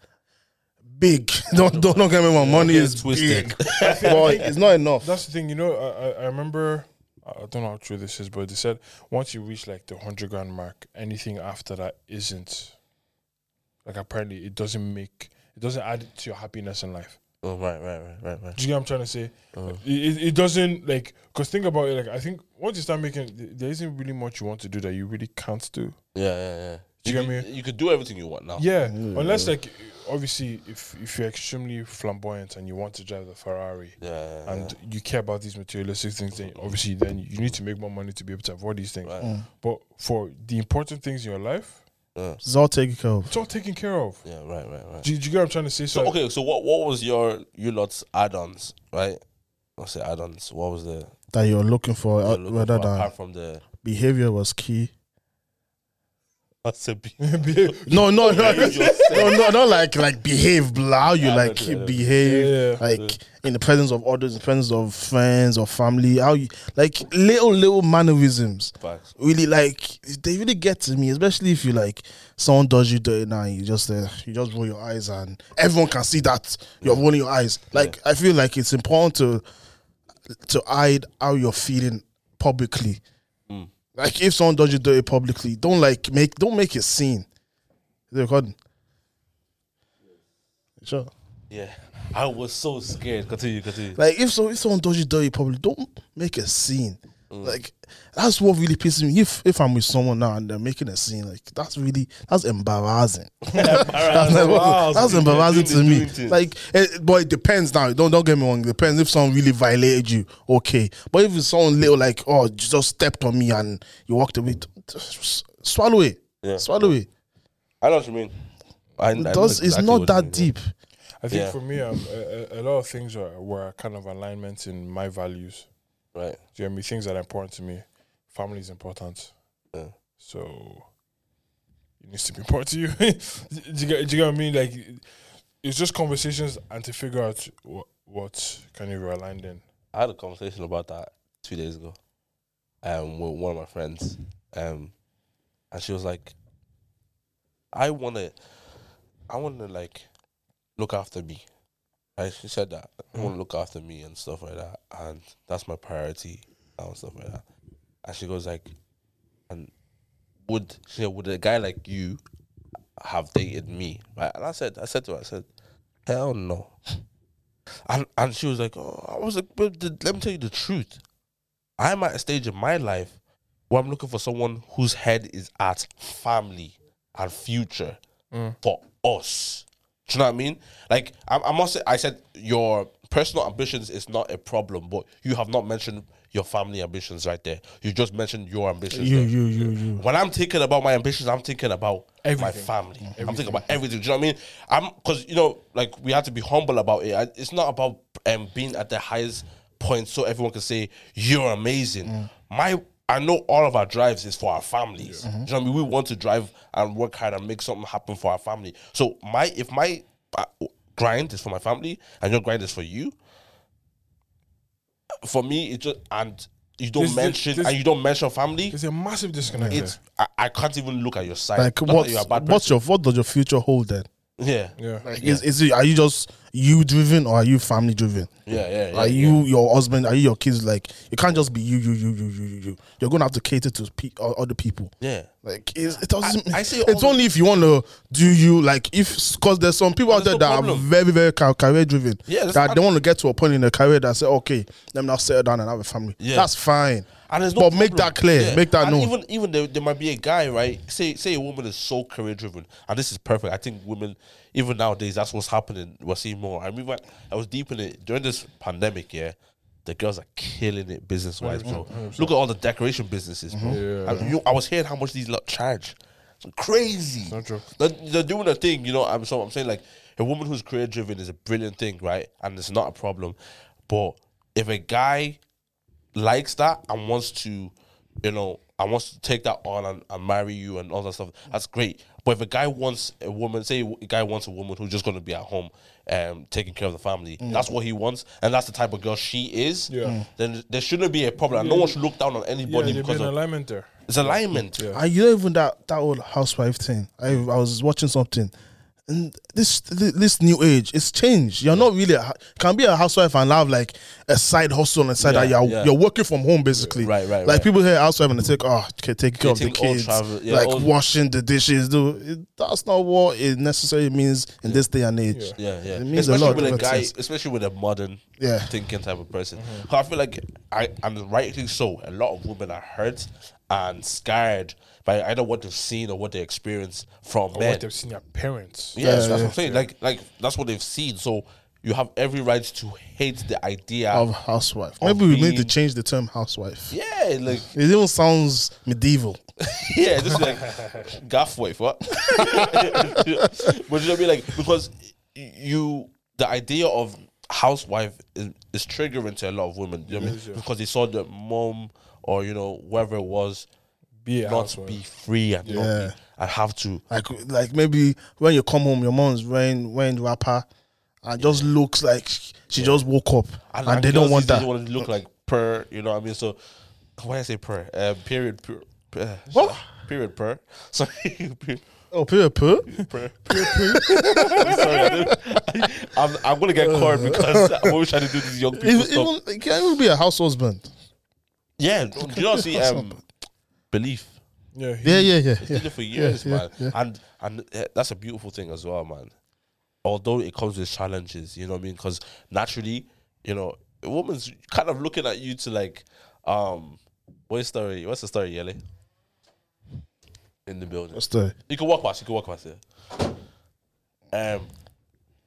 big. don't don't, don't get me wrong. Money
get
is
twisted.
big, but it's not enough.
That's the thing, you know. I, I, I remember, I I don't know how true this is, but they said once you reach like the hundred grand mark, anything after that isn't. Like apparently, it doesn't make it doesn't add to your happiness in life.
Oh, right, right, right, right, right. Oh,
Do you get what I'm trying to say? It, it, it doesn't like because think about it. Like I think once you start making, th- there isn't really much you want to do that you really can't do.
Yeah, yeah, yeah.
Do you
could-
get me?
You could do everything you want now.
Yeah, unless like obviously if if you're extremely flamboyant and you want to drive the Ferrari,
Yeah, yeah, yeah.
and you care about these materialistic things, then obviously then you need to make more money to be able to avoid these things.
Mm.
Right.
But for the important things in your life,
It's all taken care of.
it's all taken care of.
Uh, yeah, right, right, right.
Do, you- do you get what I'm trying to say? So,
So okay, so what what was your you lot's add-ons, right? I say add-ons. What was the
That you're looking for, uh,
looking
whether
for
that
apart from the
behavior was key.
what's the be-
Behave.
No, no, no,
yourself.
no, no, not like like behave. blah, How you
Yeah, I
like
know,
keep
I know.
behave,
Yeah,
like in the presence of others, in the presence of friends or family. How you like little little mannerisms.
Facts.
Really like they really get to me, especially if you like someone does you dirty now. You just uh, you just roll your eyes, and everyone can see that you're rolling your eyes. Like I feel like it's important to to hide how you're feeling publicly. Like if someone does you dirty publicly, don't like make don't make it seen. Is it recording? Sure.
Yeah, I was so scared. Continue, continue.
Like if so if someone does you dirty publicly, don't make a scene. Like that's what really pisses me. If if I'm with someone now and they're making a scene, like that's really that's embarrassing. that's like,
Wow,
that's
so
embarrassing
you're
to
doing
me.
this, doing this.
Like, it, but it depends now. Don't don't get me wrong. It depends if someone really violated you, okay. But if it's someone little, like oh, you just stepped on me and you walked away, t- t- s- swallow it,
Yeah.
swallow it.
I know what you mean. I, I know
It does.
exactly
it's not
what you
that
mean.
deep.
I think
Yeah.
for me, um, a, a- a lot of things are, were kind of alignment in my values.
Right.
Do you know what I mean? Things that are important to me. Family is important.
Yeah.
So it needs to be important to you. do, you get, do you get what I mean? Like, it's just conversations and to figure out what, what can you realign then.
I had a conversation about that two days ago, um, with one of my friends, um, and she was like, "I wanna, I wanna like look after me." Right? She said that I want to look after me and stuff like that, and that's my priority and stuff like that. And she goes like, "And would she said, would a guy like you have dated me?" Right? And I said, I said to her, I said, "Hell no." And and she was like, oh, I was like, but the, let me tell you the truth. I'm at a stage in my life where I'm looking for someone whose head is at family and future for us. Do you know what I mean? Like I, I must say, I said your personal ambitions is not a problem, but you have not mentioned your family ambitions right there. You just mentioned your ambitions.
You
there.
you you you.
When I'm thinking about my ambitions, I'm thinking about my
Everything.
family. I'm thinking about everything. Do you know what I mean? I'm because you know, like we have to be humble about it. I, it's not about um, being at the highest point so everyone can say you're amazing.
Mm.
My I know all of our drives is for our families.
Mm-hmm.
Do you know what I mean? We want to drive and work hard and make something happen for our family. So my if my uh, grind is for my family and your grind is for you, for me it just and you don't
This- this-
mention
this-
and you don't mention family.
There's a massive disconnect.
It's
there.
I, I can't even look at your side.
Like
Not that
what?
you're a bad
What's your what does your future hold then?
person. Yeah. yeah,
Yeah.
Like, Is, is it, are you just you driven or are you family driven?
yeah, yeah.
are
yeah.
you your husband? Are you your kids? Like it can't just be you, you, you, you, you, you. you. You're gonna have to cater to pe- o- other people.
Yeah.
Like it's, it doesn't.
I- I see all
it's
the-
only if you want to do you like if because there's some people out there
There's
that
no
are
problem.
very very ca- career driven.
Yeah, that's
that they
fine.
want to get to a point in their career that say okay, let me now settle down and have a family.
Yeah.
that's fine.
And there's no
but make
problem.
that clear.
Yeah.
Make that
and
known.
Even even there, there might be a guy, right? Say say a woman is so career driven, and this is perfect. I think women, even nowadays, that's what's happening. We're seeing more. I mean, I was deep in it during this pandemic. Yeah, the girls are killing it business wise, bro. Look at all the decoration businesses, bro.
Yeah.
I, you, I was hearing how much these lot charge. It's crazy.
not true.
They're, they're doing a thing, you know. I'm so I'm saying like a woman who's career driven is a brilliant thing, right? And it's not a problem. But if a guy likes that and wants to, you know, and wants to take that on and, and marry you and all that stuff, that's great. But if a guy wants a woman, say a guy wants a woman who's just going to be at home, um, taking care of the family, that's what he wants, and that's the type of girl she is.
Yeah. Mm.
Then there shouldn't be a problem. No one should look down on anybody
yeah,
because
because an
of
alignment there.
it's alignment.
Yeah.
And you know, even that that old housewife thing. I I was watching something, and this th- this new age, it's changed. You're not really a, hou- can be a housewife and have like a side hustle and side that
Yeah,
you're
yeah.
you're working from home basically.
Right, right,
Like
right.
people here housewife and they take oh okay, take care of the
think all
kids,
travel- yeah,
like
all-
washing the dishes. Do it, that's not what it necessarily means in this day and age.
Yeah, yeah.
It means a
especially
lot.
with a
of
guy,
things.
especially with a modern
Yeah.
thinking type of person.
Mm-hmm.
So I feel like I and rightly so. A lot of women are hurt and scarred by either what they've seen or what they experience from
Or
men.
what they've seen their parents.
Yeah, that's what I'm saying. Like, like that's what they've seen. So you have every right to hate the idea.
Of
Of
housewife. Maybe we need to
being-
change the term housewife.
yeah, like
It even sounds medieval.
yeah, just like gaff wife, what? but you know what I mean? Like because you the idea of housewife is, is triggering to a lot of women. You know what I mean? Because they saw the mom or you know whoever it was
Be a
not
housewife.
be free and not
Yeah.
be, and have to.
Like like maybe when you come home, your mom's wearing wearing wrapper, and just looks like she just woke up, and, they
girls
don't want
these days
that.
want to look like purr. You know what I mean? So why I say purr? Uh, period. Pur, uh,
What?
Period purr. Sorry. period
Oh, poo, poo.
purr. Sorry, I didn't- I'm, I'm gonna get caught because what we're trying to do to these young people.
Even,
stuff.
even it can't even be a house husband.
yeah, do you not see um, belief?
Yeah, he-
Yeah, yeah, yeah,
Did
yeah.
it for years,
yeah,
man. And and uh, that's a beautiful thing as well, man. Although it comes with challenges, you know what I mean? Because naturally, you know, a woman's kind of looking at you to like, um, what's the story? What's the story, Yele? In the building,
What's the
you can walk past. You can walk past it. Um,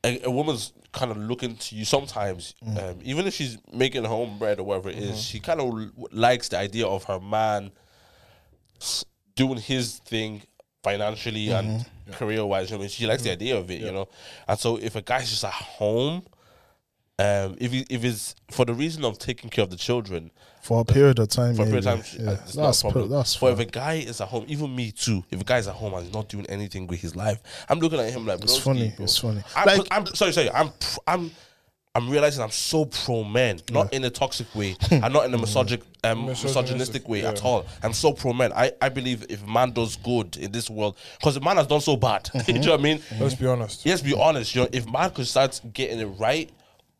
a, a woman's kind of looking to you sometimes, um, even if she's making home bread or whatever it is, she kind of l- likes the idea of her man s- doing his thing financially and career wise. I mean, she likes the idea of it, you know. And so, if a guy's just at home, um, if he, if it's for the reason of taking care of the children,
for a period of time?
for a
maybe.
period of time. uh,
yeah.
it's
that's
not a
per,
problem.
that's
but
fine.
if a guy is at home, even me too. If a guy's at home and he's not doing anything with his life, I'm looking at him like
It's
"Broski,
funny.
bro."
It's funny.
I'm,
like
I'm sorry, sorry. I'm pr- I'm I'm realizing I'm so pro men, not in a toxic way, and not in a misogynic, um,
Misogynistic,
misogynistic way at
yeah.
all. I'm so pro men. I, I believe if a man does good in this world, because a man has done so bad, do you know what I mean?
Mm-hmm.
Let's be honest.
Let's be honest. You know, if man could start getting it right,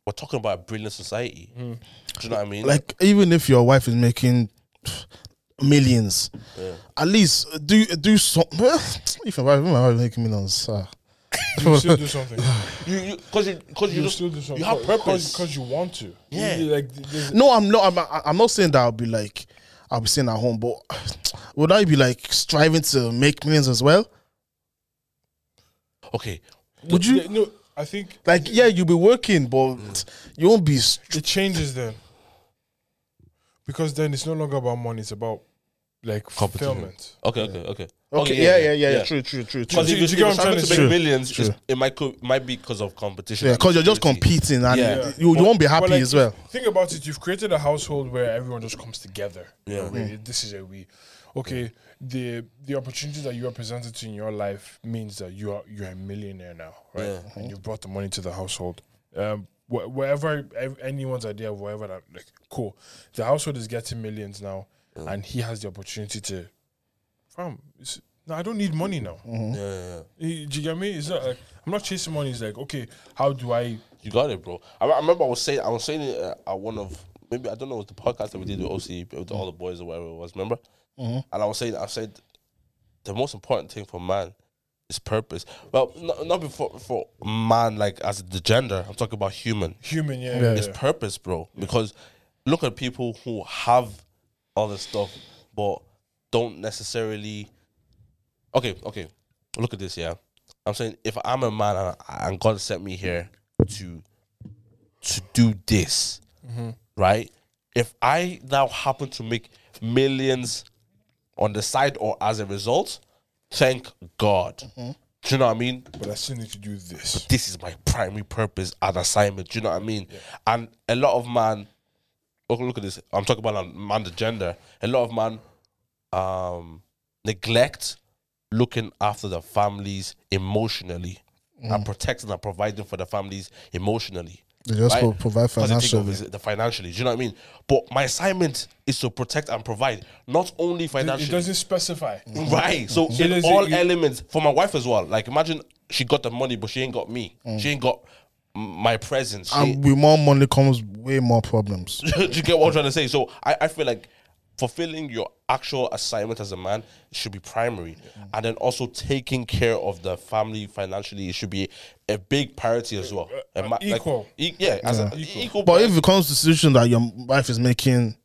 we're talking about a brilliant society.
Mm.
Do you know what I mean?
like even if your wife is making millions, at least do do something. if your wife, if my wife making millions, ah.
You still do something.
you because you because you,
You
just
still do something.
you have purpose.
because you want to.
Yeah.
You- Like there's-
No, I'm not. I'm, I- I'm not saying that I'll be like I'll be staying at home, but would I be like striving to make millions as well?
okay,
Would you
Yeah, No, I think
like? Yeah, you'll be working, but you won't be. Str-
it changes then. Because then it's no longer about money. It's about like
Competition.
fulfillment.
okay, okay, okay.
okay, yeah, yeah, yeah, yeah, True, true, true, true.
Because
You-
if
you
you,
get what
are
I'm
trying to
trying to
make
say?
millions, it's- it might co- might be because of competition.
Yeah, because you're just
Opportunity.
competing and
Yeah.
you won't be happy
But, like,
as well.
Think about it. You've created a household where everyone just comes together.
Yeah.
Really, This is a we. Okay. The the opportunities that you are presented to in your life means that you are you're a millionaire now, right?
Yeah.
And you've brought the money to the household. Um, wh- wherever ev- anyone's idea, of wherever that like, cool. The household is getting millions now, and he has the opportunity to. From no, I don't need money now.
Yeah, yeah, yeah.
Eh, Do you get me? It's not like I'm not chasing money. It's like okay, how do I?
You got it, bro. I, I remember I was saying I was saying it uh, at one of maybe I don't know it was the podcast that we did with OC with all the boys or whatever it was. Remember?
Mm-hmm.
And I was saying I said the most important thing for man is purpose. Well, not, not before for man like as the gender. I'm talking about human.
Human, yeah, yeah,
It's
yeah.
purpose, bro. Because look at people who have all this stuff, but don't necessarily. Okay, okay. Look at this, yeah. I'm saying if I'm a man and, and God sent me here to to do this,
Mm-hmm.
right? If I now happen to make
Mm-hmm.
millions on the side or as a result, thank God. Do you know what I mean?
but I still need to do this.
This is my primary purpose and assignment. Do you know what I mean? And a lot of man, look, look at this. I'm talking about um, man the gender. A lot of man um, neglect looking after the families emotionally
Mm.
and protecting and providing for the families emotionally.
They just
right?
pro- provide
Because they think of
financially.
is the financially. Do you know what I mean? But my assignment is to protect and provide, not only
It
financially.
doesn't specify.
Right. So
So
in
there's a-
all
you-
elements for my wife as well. Like imagine she got the money, but she ain't got me. She ain't got m- my presence. She-
And with more money comes way more problems.
do you get what I'm trying to say? So I, I feel like fulfilling your actual assignment as a man should be primary. And then also taking care of the family financially should be a big priority as well. A ma- like-
Uh, equal.
e- yeah, as an equal.
But if it comes to decision that your wife is making,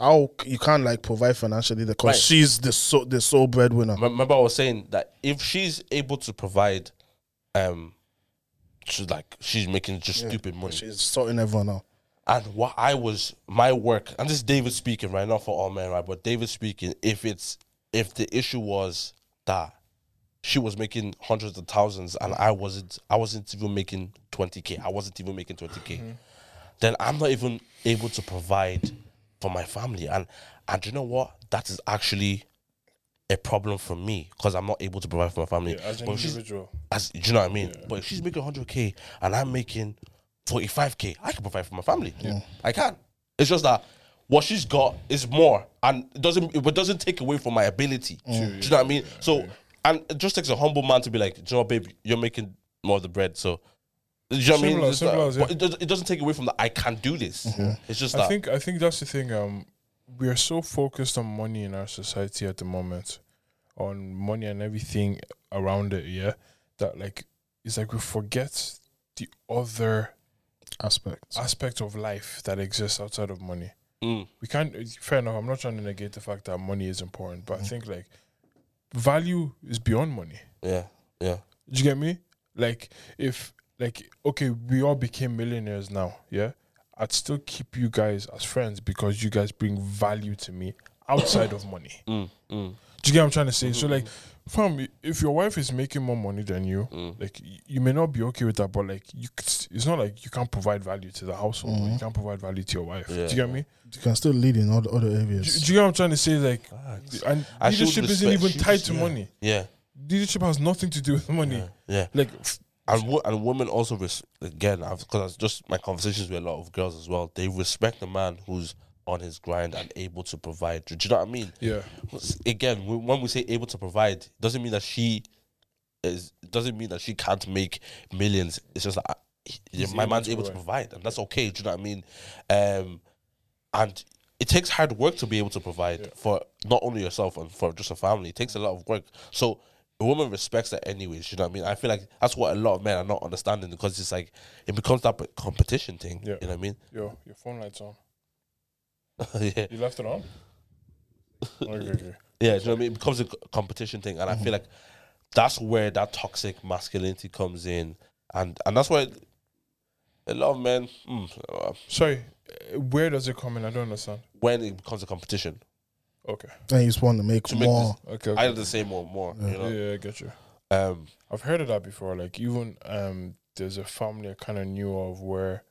how c- you can't like provide financially because
Right.
she's the so, the sole breadwinner.
M- remember I was saying that if she's able to provide um she's like she's making just stupid money.
She's sorting everyone out.
and what I was my work and this is David speaking right not for all men right but David speaking if it's if the issue was that she was making hundreds of thousands and I wasn't I wasn't even making 20k I wasn't even making 20k then I'm not even able to provide for my family and and you know what that is actually a problem for me because I'm not able to provide for my family
As an
But she's-
individual,
as do you know what I mean? But if she's making 100k and I'm making 45k, I can provide for my family. I can. It's just that what she's got is more, and it doesn't it doesn't take away from my ability. Do you know what I mean? so and it just takes a humble man to be like, do you know, what, babe, you're making more of the bread, so. Do you know what I mean?
Similar,
It's not-
similar, yeah.
but it, does, it doesn't take away from that. I can do this. It's just
I
that
think I think that's the thing. Um, we are so focused on money in our society at the moment, on money and everything around it. Yeah, that like it's like we forget the other
Aspects.
aspect of life that exists outside of money.
Mm.
We can't. it's Fair enough. I'm not trying to negate the fact that money is important, but I think like value is beyond money.
yeah, yeah,
Do you get me? Like if like okay, we all became millionaires now, yeah. I'd still keep you guys as friends because you guys bring value to me outside of money.
mm, mm,
Do you get what I'm trying to say? So like, fam, if your wife is making more money than you,
Mm.
like y- you may not be okay with that, but like you, c- it's not like you can't provide value to the household. or You can't provide value to your wife.
Yeah.
Do you get me?
You can still lead in all the other
Do,
areas.
do you get what I'm trying to say? Like, and
I should
leadership isn't
respect-
even
should
tied
res-
to
yeah.
money.
yeah,
Leadership has nothing to do with money.
yeah, yeah.
Like, f-
and wo- and women also res- again I've because just my conversations with a lot of girls as well. They respect the man who's on his grind and able to provide. Do you know what I mean?
yeah.
Because Again, w- when we say able to provide, doesn't mean that she is doesn't mean that she can't make millions. It's just that I- yeah, my
able
man's
to
able to provide, and that's okay. Do you know what I mean? Um, and it takes hard work to be able to provide for not only yourself and for just a family. It takes a lot of work. So a woman respects that anyways. You know what I mean? I feel like that's what a lot of men are not understanding because it's like it becomes that competition thing.
Yeah.
You know what I mean?
Yo, your phone light's on.
yeah.
You left it on? okay, okay.
Yeah, do you know what I mean? It becomes a c- competition thing, and
Mm-hmm.
I feel like that's where that toxic masculinity comes in, and and that's why a lot of men mm, uh,
Sorry, uh, where does it come in? I don't understand.
when it becomes a competition,
Okay.
Then you just want to make
To make
more.
Okay.
I have to say more, more, you
yeah,
know.
yeah, I get you.
Um,
I've heard of that before. Like, even um, there's a family I kind of knew of where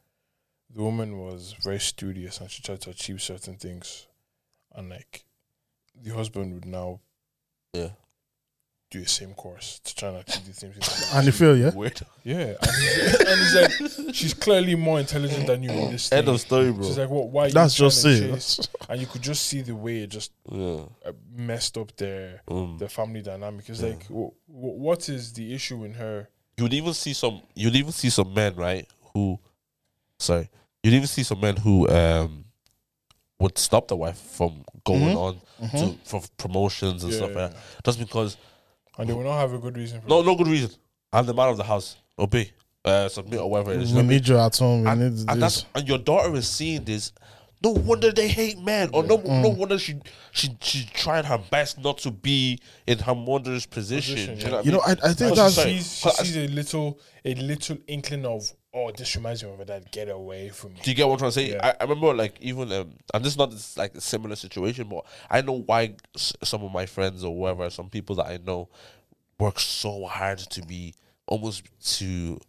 the woman was very studious and she tried to achieve certain things. And, like, the husband would now
yeah,
do the same course to try and achieve the same thing.
and you feel, yeah?
weird.
Yeah. And he's, and he's like, she's clearly more intelligent than you in this thing.
End of story, bro.
She's like, what? Why? are you
That's just
trying to
it.
chase?" And you could just see the way it just
yeah,
uh, messed up their
mm.
their family dynamic. It's
Yeah.
like, w- w- what is the issue in her?
you'd even see some you'd even see some men right who sorry you'd even see some men who um would stop the wife from going
Mhm.
on to for promotions and
Yeah,
stuff like
Mm-hmm. yeah,
that just because
And they will not have a good reason for
no
it.
no good reason i'm the man of the house obey uh submit or whatever it is you
We
know what I mean?
need you at home. We
and,
need
and
this.
that's and your daughter is seeing this no wonder they hate men or no no
Mm.
wonder she she she's trying her best not to be in her mother's position,
Position,
Do you
yeah.
know what I
You know,
mean?
I, I think
She
that's.
sorry.
sees, she sees a little a little inkling of, oh, this reminds me of that. Get away from me.
Do you get what I'm trying to say?
Yeah.
I, I remember like even um, and this is not this, like a similar situation, but I know why s- some of my friends or whatever, some people that I know worked so hard to be almost to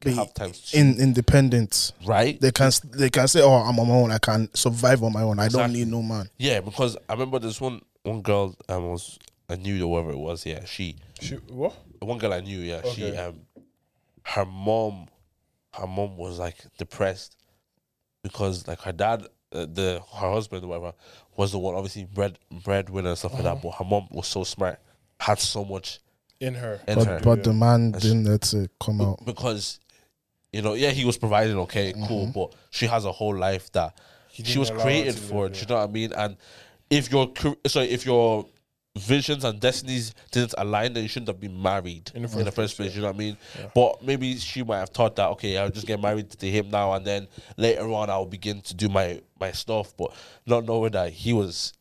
Be
have times two,
in independent.
right?
They can they can say, "Oh, I'm on my own. I can survive on my own. I don't
Exactly.
need no man."
Yeah, because I remember this one one girl I was I knew or whatever it was. Yeah, she
She, what?
one girl I knew. Yeah, she
Okay.
um her mom her mom was like depressed because like her dad uh, the her husband or whatever was the one obviously bread breadwinner and stuff like that. But her mom was so smart, had so much
In her.
in her
But, but the man
That's-
didn't let it come out.
because. You know, yeah, he was providing okay, cool, but she has a whole life that she
didn't
was
allow her
created
to
for
live,
it.
yeah.
You know what I mean? And if your car- sorry, if your visions and destinies didn't align, then you shouldn't have been married in the first, place. You know what I mean? But maybe she might have thought that okay, I'll just get married to him now, and then later on I'll begin to do my my stuff. But not knowing that he was.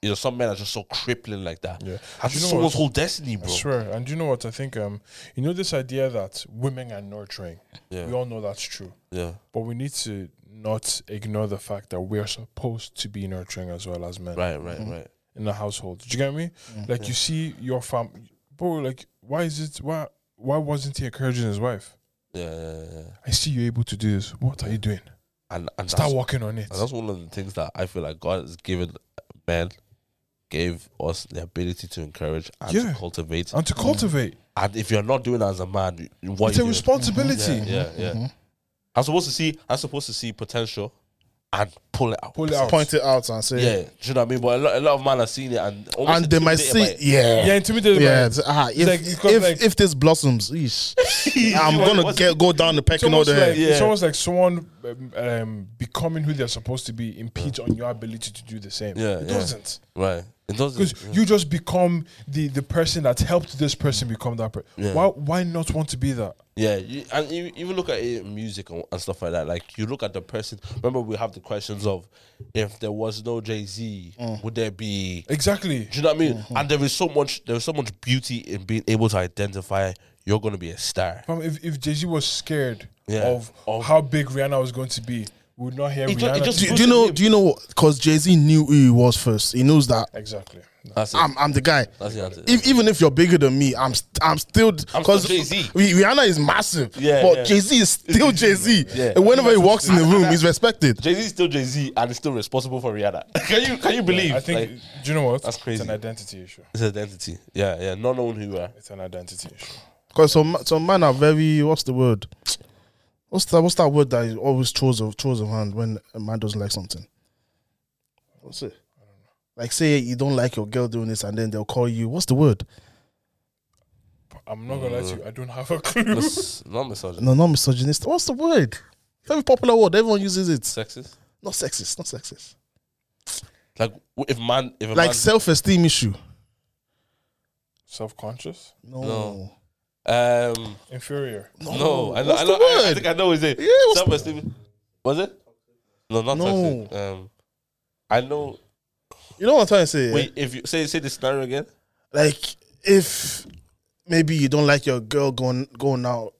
You know, some men are just so crippling like that.
Yeah.
That's
You know
someone's
what?
whole destiny,
I
bro.
swear. And you know what? I think, um, you know, this idea that women are nurturing,
Yeah.
we all know that's true.
Yeah.
But we need to not ignore the fact that we're supposed to be nurturing as well as men
Right, right, right.
in the household. Do you get me? Mm-hmm. Like, you see your fam, bro, like, why is it, why, why wasn't he encouraging his wife?
Yeah, yeah, yeah. yeah.
I see you able to do this. What are you doing?
And, and
Start
that's-
working on it.
And that's one of the things that I feel like God has given men, gave us the ability to encourage and
Yeah.
to cultivate.
And to cultivate.
And if you're not doing that as a man, you- you- what
It's a
you
responsibility.
Yeah, yeah, yeah.
Mm-hmm.
I'm supposed to see. I'm supposed to see potential, and pull it out.
Pull it out.
Point it out and say,
Yeah, do you know what I mean? But a lot, a lot of men are seeing it and almost
and they might
intimidated by
see,
it.
yeah,
Yeah, intimidated
Yeah,
yeah.
it's- ah, if,
like- it's got
if,
like-
if this blossoms, eesh, I'm
What's-
gonna
what's-
get go down the
It's
pecking
almost,
order.
like,
here.
it's
Yeah.
almost like someone um, um, becoming who they're supposed to be impedes on your ability to do the same.
Yeah,
it
yeah.
doesn't.
Right. It
Because
doesn't.
you just become the, the person that helped this person become that person.
Yeah.
Why why not want to be that?
Yeah, you, and you even look at it in music and, and stuff like that. Like you look at the person. Remember, we have the questions of if there was no Jay Z,
Mm.
would there be
Exactly.
Do you know what I mean?
Mm-hmm.
And there is so much, there is so much beauty in being able to identify you're gonna be a star.
Fam, If if Jay Z was scared
Yeah.
of,
Of-
how big Rihanna was going to be, we would not hear
It ju- it
Rihanna.
just-
today.
Do, do you know? Do you know what? Because Jay Z knew who he was first. He knows that
exactly.
That's it.
I'm I'm the guy.
That's the answer.
If, even if you're bigger than me, I'm st- I'm still
I'm
because
still Jay-Z.
Rihanna is massive,
Yeah,
but
yeah.
Jay Z is still Jay Z.
Yeah.
And whenever he walks in the room, he's respected.
Jay Z is still Jay Z and is still responsible for Rihanna. can you can you believe?
I think.
Like,
do you know what?
that's
It's
crazy.
an identity issue.
it's identity. Yeah, yeah. Not knowing who you are.
It's an identity issue.
Because some some men are very what's the word? What's that? What's that word that is always throws of throws of hand when a man doesn't like something? What's it? Like say you don't like your girl doing this, and then they'll call you. What's the word?
I'm not gonna
Uh,
lie to you. I don't have a clue.
Mis- not misogynist.
No, not misogynist. What's the word? Very popular word. Everyone uses it.
Sexist.
Not sexist. Not sexist.
Like w- if man, if a
Like
man,
self-esteem issue.
Self conscious,
No.
No. um,
inferior.
no, I, know-
what's
I,
the
know, I, I
word?
think I know what it.
Yeah, what's the-
Self-esteem. Was it? No, not
No.
toxic. Um, I know.
You know what I'm trying to say?
Wait, if you say say the scenario again.
Like if maybe you don't like your girl going going out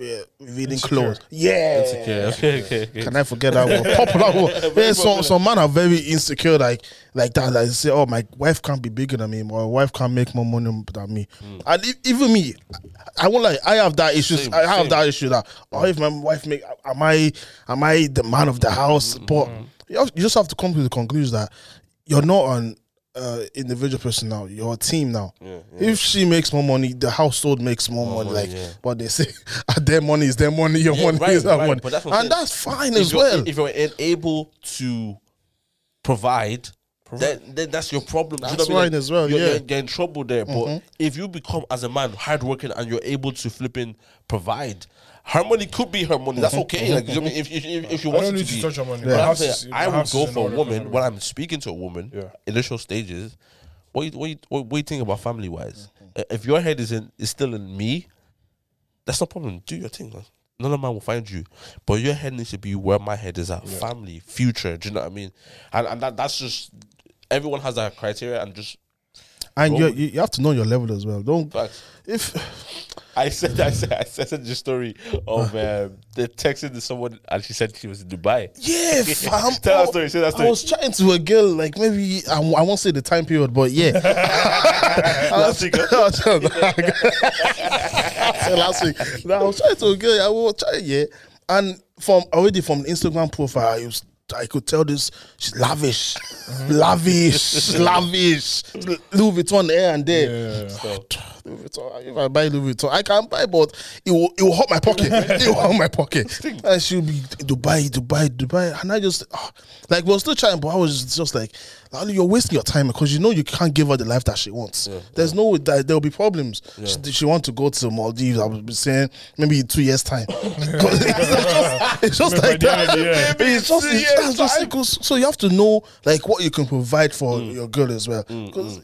yeah, revealing
Insecure.
clothes. Yeah.
Okay, okay, okay. okay.
Can I forget that word? Popular word. Yeah, some, some men are very insecure, like like that. Like say, oh, my wife can't be bigger than me. My wife can't make more money than me. And e- even me, I, I won't like. I have that issue.
Hmm. Same,
I have
same.
that issue that. Oh, if my wife make, am I am I the man of the house?
Mm-hmm.
But you have- you just have to come to the conclusion that you're not an uh, individual person now. You're a team now.
Yeah,
If she makes more money, the household makes more money. Like,
yeah.
but they say, "Ah, their money is their money. Your
Yeah,
money
right,
is our
right,
money,
but that's what I'm
and
saying.
that's fine
if
as
you're-
well.
If you're unable to provide, Then, then that's your problem. Do you know
That's
what I mean?
right as well,
You're,
yeah. Mm-hmm.
you're, you're in trouble there. But if you become as a man hardworking and you're able to flipping provide, her money could be her money. That's
Mm-hmm,
okay. Like, do you know what I mean? if if, if, if you
I
want
don't
it
need
to,
to
be,
touch her money.
But
My
I'm
house
saying
is- my
I will
house
go
is in
for a
order
woman
for
when I'm speaking to a woman.
Yeah.
Initial stages. What you, what you, what, what you think about family wise? If your head is in is still in me, that's no problem. Do your thing. man. None of man will find you, but your head needs to be where my head is at. Family, future. Do you know what I mean? And and that, that's just everyone has that criteria and just
and
Bro.
you, you you have to know your level as well. Don't
Facts.
if
I said, I said, I said the story of um, the texting to someone, and she said she was in Dubai.
yeah, fam.
Tell that story, say that story.
I was chatting to a girl, like maybe I, w- I won't say the time period, but yeah.
Last week,
I was trying to- I said last week. No, I was trying to get. I was trying, yeah, and from already from the Instagram profile, I was. I could tell this. She's lavish,
Mm-hmm.
lavish, lavish. Louis Vuitton here and there.
Yeah.
Louis Vuitton. If I buy Louis Vuitton, I can buy, but it will it will hurt my pocket. it will hurt my pocket. And she'll be Dubai, Dubai, Dubai, and I just ah, like we are still chatting, but I was just like, "Lali, you're wasting your time because you know you can't give her the life that she wants. There's no way that there will be problems. She, she want to go to Maldives. I would be saying maybe in two years time. 'Cause it's just, it's just
By
like
the end
that.
of the year.
Maybe
It's just,
two
it's
years
just
time.
cycles. So you have to know like what you can provide for
Mm.
your girl as well. 'Cause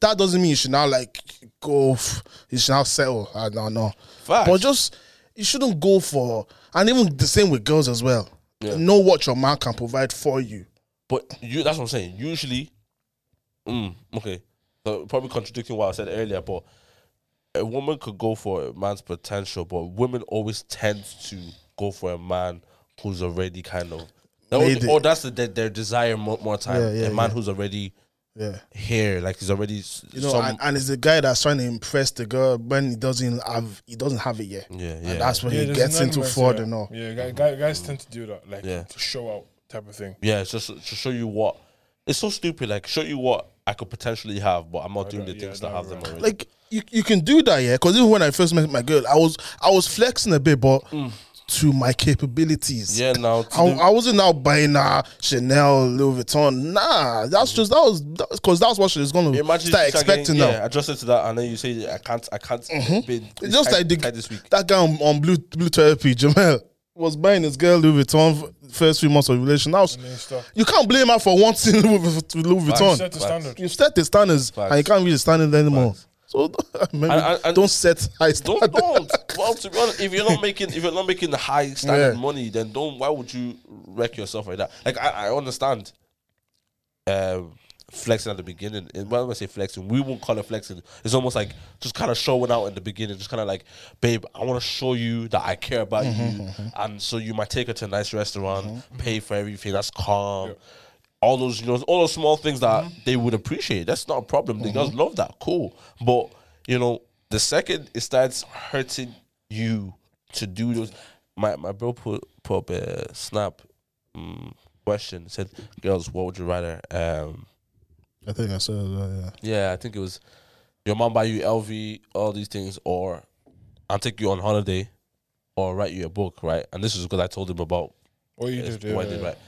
that doesn't mean you should now like go. F- you should now settle. I don't know.
Facts.
But just you shouldn't go for. And even the same with girls as well.
Yeah.
Know what your man can provide for you.
But you that's what I'm saying. Usually, mm, okay, so probably contradicting what I said earlier, but a woman could go for a man's potential, but women always tend to go for a man who's already kind of. That would-
Made it.
or that's the, their, their desire more, more time.
Yeah, yeah,
a man
yeah.
who's already
Yeah.
here, like he's already s-
You know,
some-
and, and it's the guy that's trying to impress the girl when he doesn't have he doesn't have it yet.
Yeah,
And
yeah.
that's when he
there's
gets
an
into
element to
fraud
that.
and all.
Yeah, guy- guy- guys tend to do that, like
Yeah.
to show out type of thing.
yeah, it's just to show you what it's so stupid. Like show you what I could potentially have, but I'm not doing the
don't- yeah,
things
I
that
don't
have them
remember.
already.
Like you, you can do that, yeah. Because even when I first met my girl, I was I was flexing a bit, but to my capabilities.
Mm. yeah, now to
I,
the-
I wasn't out buying uh, Chanel, Louis Vuitton. Nah, that's just that was because that's what she was gonna
Imagine
start
you start getting-
expecting now. Mm-hmm.
Yeah, adjusted to that, and then you say, "I can't, I can't." Be,
It's just like the,
this week.
that guy on, on blue blue therapy, Jamel was buying his girl Louis Vuitton f- first few months of relation. Now
And then stuff.
you can't blame her for wanting Louis Vu- Louis Vuitton.
Set the
Facts.
standard.
You've set the standards
Facts.
and you can't reach the standard anymore. So maybe
And- and- and-
don't set high
Don't
standards.
don't. well, to be honest, if you're not making if you're not making the high standard
Yeah.
money, then don't. Why would you wreck yourself like that? Like I, I understand. Um. Flexing at the beginning, and when I say flexing, we won't call it flexing. It's almost like just kind of showing out in the beginning, just kind of like, babe, I want to show you that I care about you, and so you might take her to a nice restaurant, pay for everything. That's calm. all those you know all those small things that they would appreciate. That's not a problem. The girls love that. Cool. But you know, the second it starts hurting you to do those, my my bro put put up a snap um, question. Said, "Girls, what would you rather?" Um,
I think I said uh, that.
yeah, I think it was your mom buy you LV, all these things, or I'll take you on holiday, or write you a book, right? And this is because I told him about
Or you
this,
did, yeah,
what I did,
yeah.
right?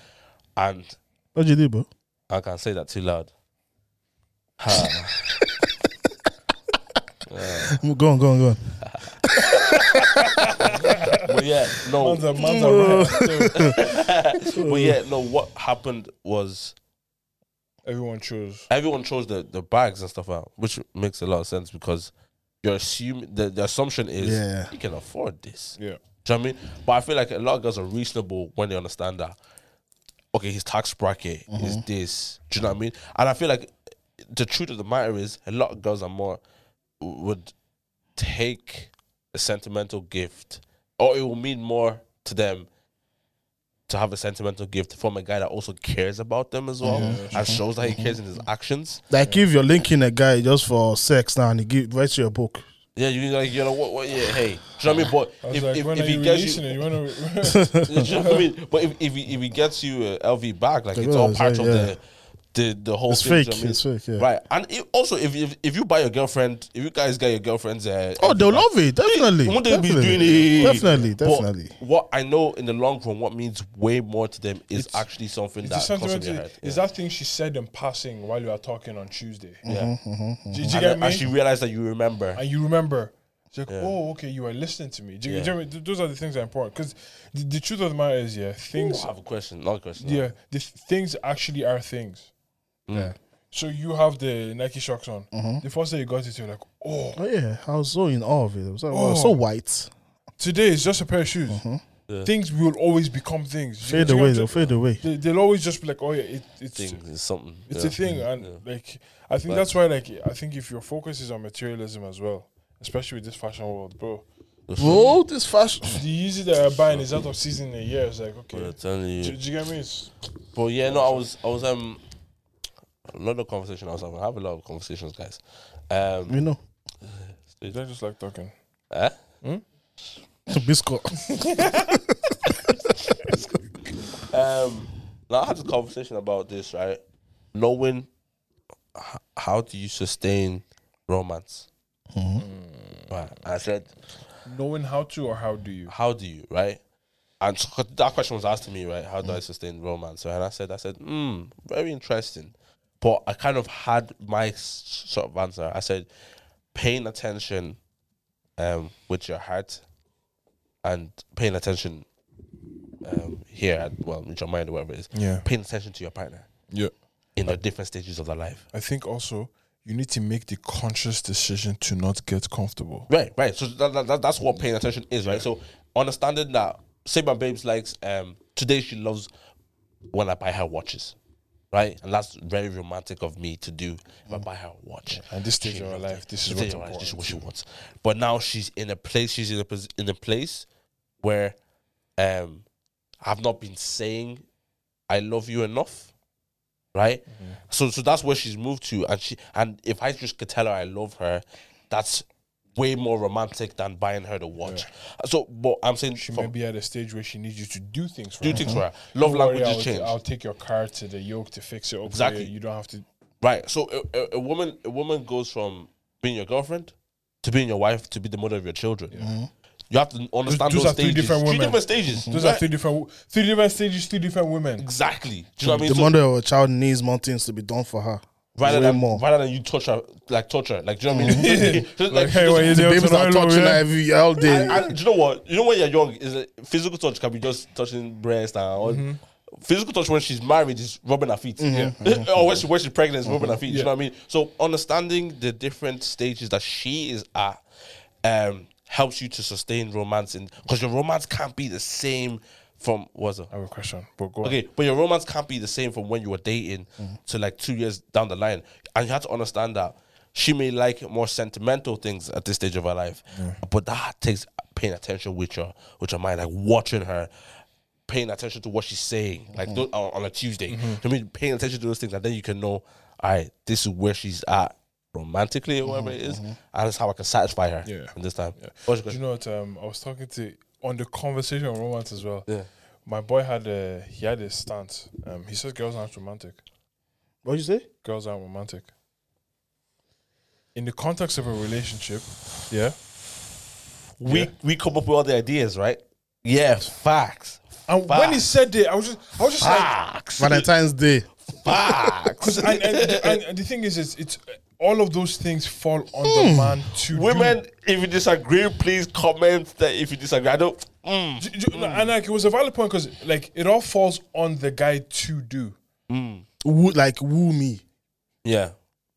And
What did you do, bro?
I can't say that too loud. Ha.
Go on, go on, go on.
but yeah, no,
Man's a man's a rat. So
but yeah, no. What happened was
Everyone chose.
everyone chose the, the bags and stuff out, which makes a lot of sense because you're assuming the, the assumption is
Yeah.
you can afford this.
Yeah.
Do you know what I mean? But I feel like a lot of girls are reasonable when they understand that. Okay, his tax bracket
Mm-hmm.
is this. Do you know what I mean? And I feel like the truth of the matter is a lot of girls are more would take a sentimental gift, or it will mean more to them to have a sentimental gift from a guy that also cares about them as well
Mm-hmm.
and shows that he cares in his actions.
Like if you're linking a guy just for sex now and he give, writes you a book.
Yeah, you like you know what? what yeah, hey, do you know what I
I
mean? But
was
if
like,
if,
when
if
are
he
you
gets you
releasing it? You wanna re-
Do you know what I mean? But if if he, if he gets you uh, a LV bag, like
I
it's all part
realize, yeah,
of
yeah.
the the the whole
It's
thing. do you know
fake,
what I
it's
mean?
fake, yeah.
Right, and if, also if, if if you buy your girlfriend, if you guys get your girlfriend's, uh,
Oh,
LV
they'll
bag,
love it. Definitely.
Won't they be
definitely.
doing it?
Definitely,
But
definitely.
what I know in the long run, what means way more to them is actually something
It's the
that comes from
sentiment.
your head.
Is that thing she said in passing while you were talking on Tuesday?
yeah.
Mm-hmm.
Did you
And,
get
then-
me?
and she realized that you remember.
and you remember. It's like, oh, okay, you were listening to me. Do you, do you know what I mean? Th- those are the things that are important because the, the truth of the matter is, yeah,
Ooh,
things,
I have a question. Another question.
yeah, the th- things actually are things.
Yeah.
So you have the Nike shocks on.
Mm-hmm.
The first day you got it, you're like, oh,
Oh yeah, I was so in awe of it. I was like, wow,
Oh.
so white.
Mm-hmm.
today is just a pair of shoes.
Yeah.
Things will always become things. Do you-
Fade
do you
away,
get-
they'll fade away.
They, they'll always just be like, oh yeah, it, it's
Thing is something.
it's
yeah. Mm,
a thing, and
Yeah.
like I think
But-
that's why like I think if your focus is on materialism as well, especially with this fashion world, bro,
Bro, this fashion.
the easy that I'm buying is out of season in a year. It's like okay,
But I'm telling
do,
you.
do you get me? It's,
But yeah, no, I was, I was, um, a lot of conversation. I was having, I have a lot of conversations, guys. Um,
You know,
I just like talking.
eh?
Bisco.
Um, now I had a conversation about this, right? Knowing h- how do you sustain romance? Right. Mm-hmm. I said,
Knowing how to or how do you?
how do you, right? And so that question was asked to me, right? How do I sustain romance? So, and I said, I said, hmm, very interesting. But I kind of had my s- sort of answer. I said, paying attention um, with your heart and paying attention um, here, well, with your mind or whatever it is,
Yeah,
paying attention to your partner
yeah.
in the different stages of their life.
I think also you need to make the conscious decision to not get comfortable.
Right, right. So that, that- that- that's what paying attention is, right? So understanding that, say my babes likes um today she loves when I buy her watches, right? And that's very romantic of me to do. If I buy her a watch,
And this stage
She
of her
loves
life,
it.
this is
This
what's
stage of her life, this is
important.
what she wants. But now she's in a place. She's in a pos- in a place where um I've not been saying I love you enough, right?
Mm-hmm.
So so that's where she's moved to, and she and if I just could tell her I love her, that's way more romantic than buying her the watch. So, but I'm saying
She
from-
may be at a stage where she needs you to do things for
do
her. Mm-hmm.
things for her. Love
Don't worry,
languages
I'll,
change,
I'll take your car to the yoke to fix it. Up exactly.
Exactly.
You. you don't have to.
right? So a, a, a woman a woman goes from being your girlfriend to being your wife to be the mother of your children. You have to understand
Mm-hmm. those
those,
are three
stages.
different women.
stages.
Those
Right.
are three different, wo- three different stages, three different women.
exactly.
Mm,
Do you know what I mean?
The
So-
mother of a child needs more things to be done for her.
rather
Way
than
more.
rather than you touch her like touch her like do you know what I mean? Just
Mm-hmm. Like, hey,
just-
what you
The
doing
babies are
tonight, love,
touching her
yeah?
every all day.
and- and do you know what? You know when you're young, is a physical touch can be just touching breast and all. Physical touch when she's married is rubbing her feet, or when she when she's pregnant is rubbing her feet. Do you know what I mean? So understanding the different stages that she is at um, helps you to sustain romance, and because your romance can't be the same from what's it?
I have a question, but go. on.
Okay, but your romance can't be the same from when you were dating to like two years down the line. And you have to understand that she may like more sentimental things at this stage of her life, but that takes paying attention with your with your mind, like watching her, paying attention to what she's saying, like tho-
Mm-hmm.
on, on a Tuesday. I mean, paying attention to those things, and then you can know, all right, this is where she's at romantically or whatever it is, and that's how I can satisfy her.
Mm-hmm, Yeah.
in this time. What's your
Do you
question?
know what? Um, I was talking to on the conversation on romance as well.
Yeah.
My boy had a he had a stance. Um, he says girls aren't romantic.
What you say?
Girls aren't romantic. In the context of a relationship, yeah,
We we come up with all the ideas, right? Yeah, facts.
And when he said it, I was just, I was just like,
Facts.
Valentine's Day.
Facts.
'cause- and, and, and, and the thing is, it's, it's all of those things fall on the man to do.
Hmm. Women, if you disagree, please comment that if you disagree. I don't. Mm.
Do- do- no, and like it was a valid point because like it all falls on the guy to do.
Woo, like woo me.
Yeah.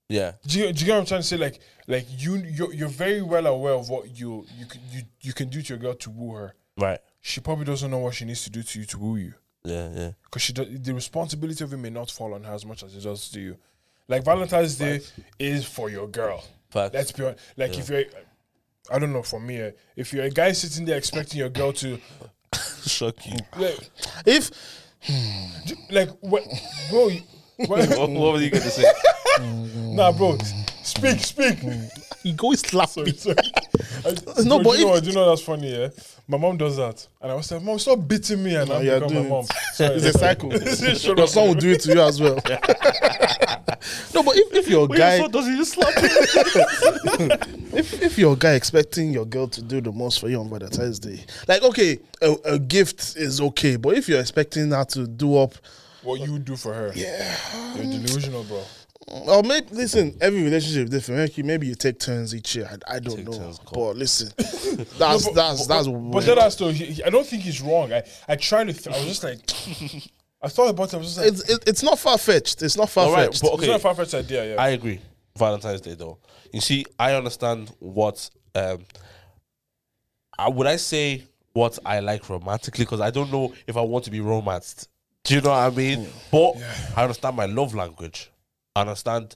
Yeah.
Do you, do you get what I'm trying to say? Like, like you, you're, you're very well aware of what you you can you, you can do to your girl to woo her.
Right.
She probably doesn't know what she needs to do to you to woo you.
Yeah. Yeah.
because she do- the responsibility of it may not fall on her as much as it does to you. Like Valentine's Day is for your girl.
Facts.
Let's be honest. Like if you're, I don't know, for me, eh, if you're a guy sitting there expecting your girl to,
Shock you.
like,
If
j- like what, bro, you- what,
what, what were you going to say?
nah, bro, speak, speak.
he goes slap
Sorry,
me.
sorry. I-
No,
bro,
but
do you know,
if-
what- do you know that's funny? Yeah, my mom does that, and I was like, "Mom, stop beating me," and I
you're
become my
doing it.
mom. Sorry,
It's a
sorry.
cycle.
Shut
Your
up.
son will do it to you as well. no, but if, if your guy
does he just slap me?
if, if your guy expecting your girl to do the most for you on Valentine's Day, like okay, a, a gift is okay, but if you're expecting her to do up,
What you do for her? Yeah, you're delusional, bro.
or maybe listen, every relationship is different. Maybe you, maybe you take turns each year. I, I don't know,
turns, cool.
but listen, that's that's that's
But then I still, he, he- I don't think he's wrong. I, I tried to, th- I was just like, I thought about it. I was just like, it's,
it's it, it's not far fetched. It's not far
All right.
fetched.
But
not
okay.
a far fetched idea, yeah.
I agree. Valentine's Day, though. You see, I understand what. Um, I, would I say what I like romantically because I don't know if I want to be romanced. Do you know what I mean? But I understand my love language. I understand.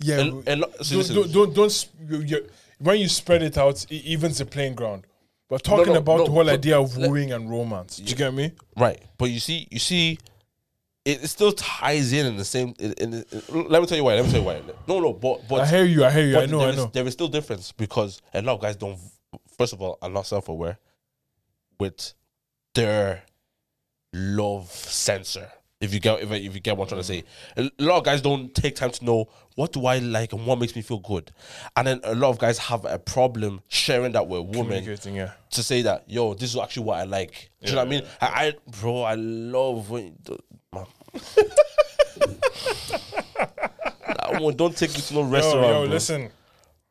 Yeah,
And-
but
and lo- so
don't,
listen.
don't don't don't sp- you, you, when you spread it out, it evens the playing ground. But talking
no,
about
no,
the whole
but
idea of
let-
wooing and romance, do you get me?
Right, but you see, you see, it, it still ties in in the same. In, in, in- let me tell you why. Let me tell you why. No, no, but but
I hear you. I hear you.
but
I know.
there
I
is-
know.
there is still difference because a lot of guys don't. First of all, are not self aware with their love sensor. If you get if, I- if you get what I'm trying to say, a lot of guys don't take time to know what do I like and what makes me feel good, and then a lot of guys have a problem sharing that with women
Communicating, yeah.
to say that yo, this is actually what I like. Do you know what I mean? I, I bro, I love when man. that one don't take you to no
Yo,
restaurant. bro.
yo, listen.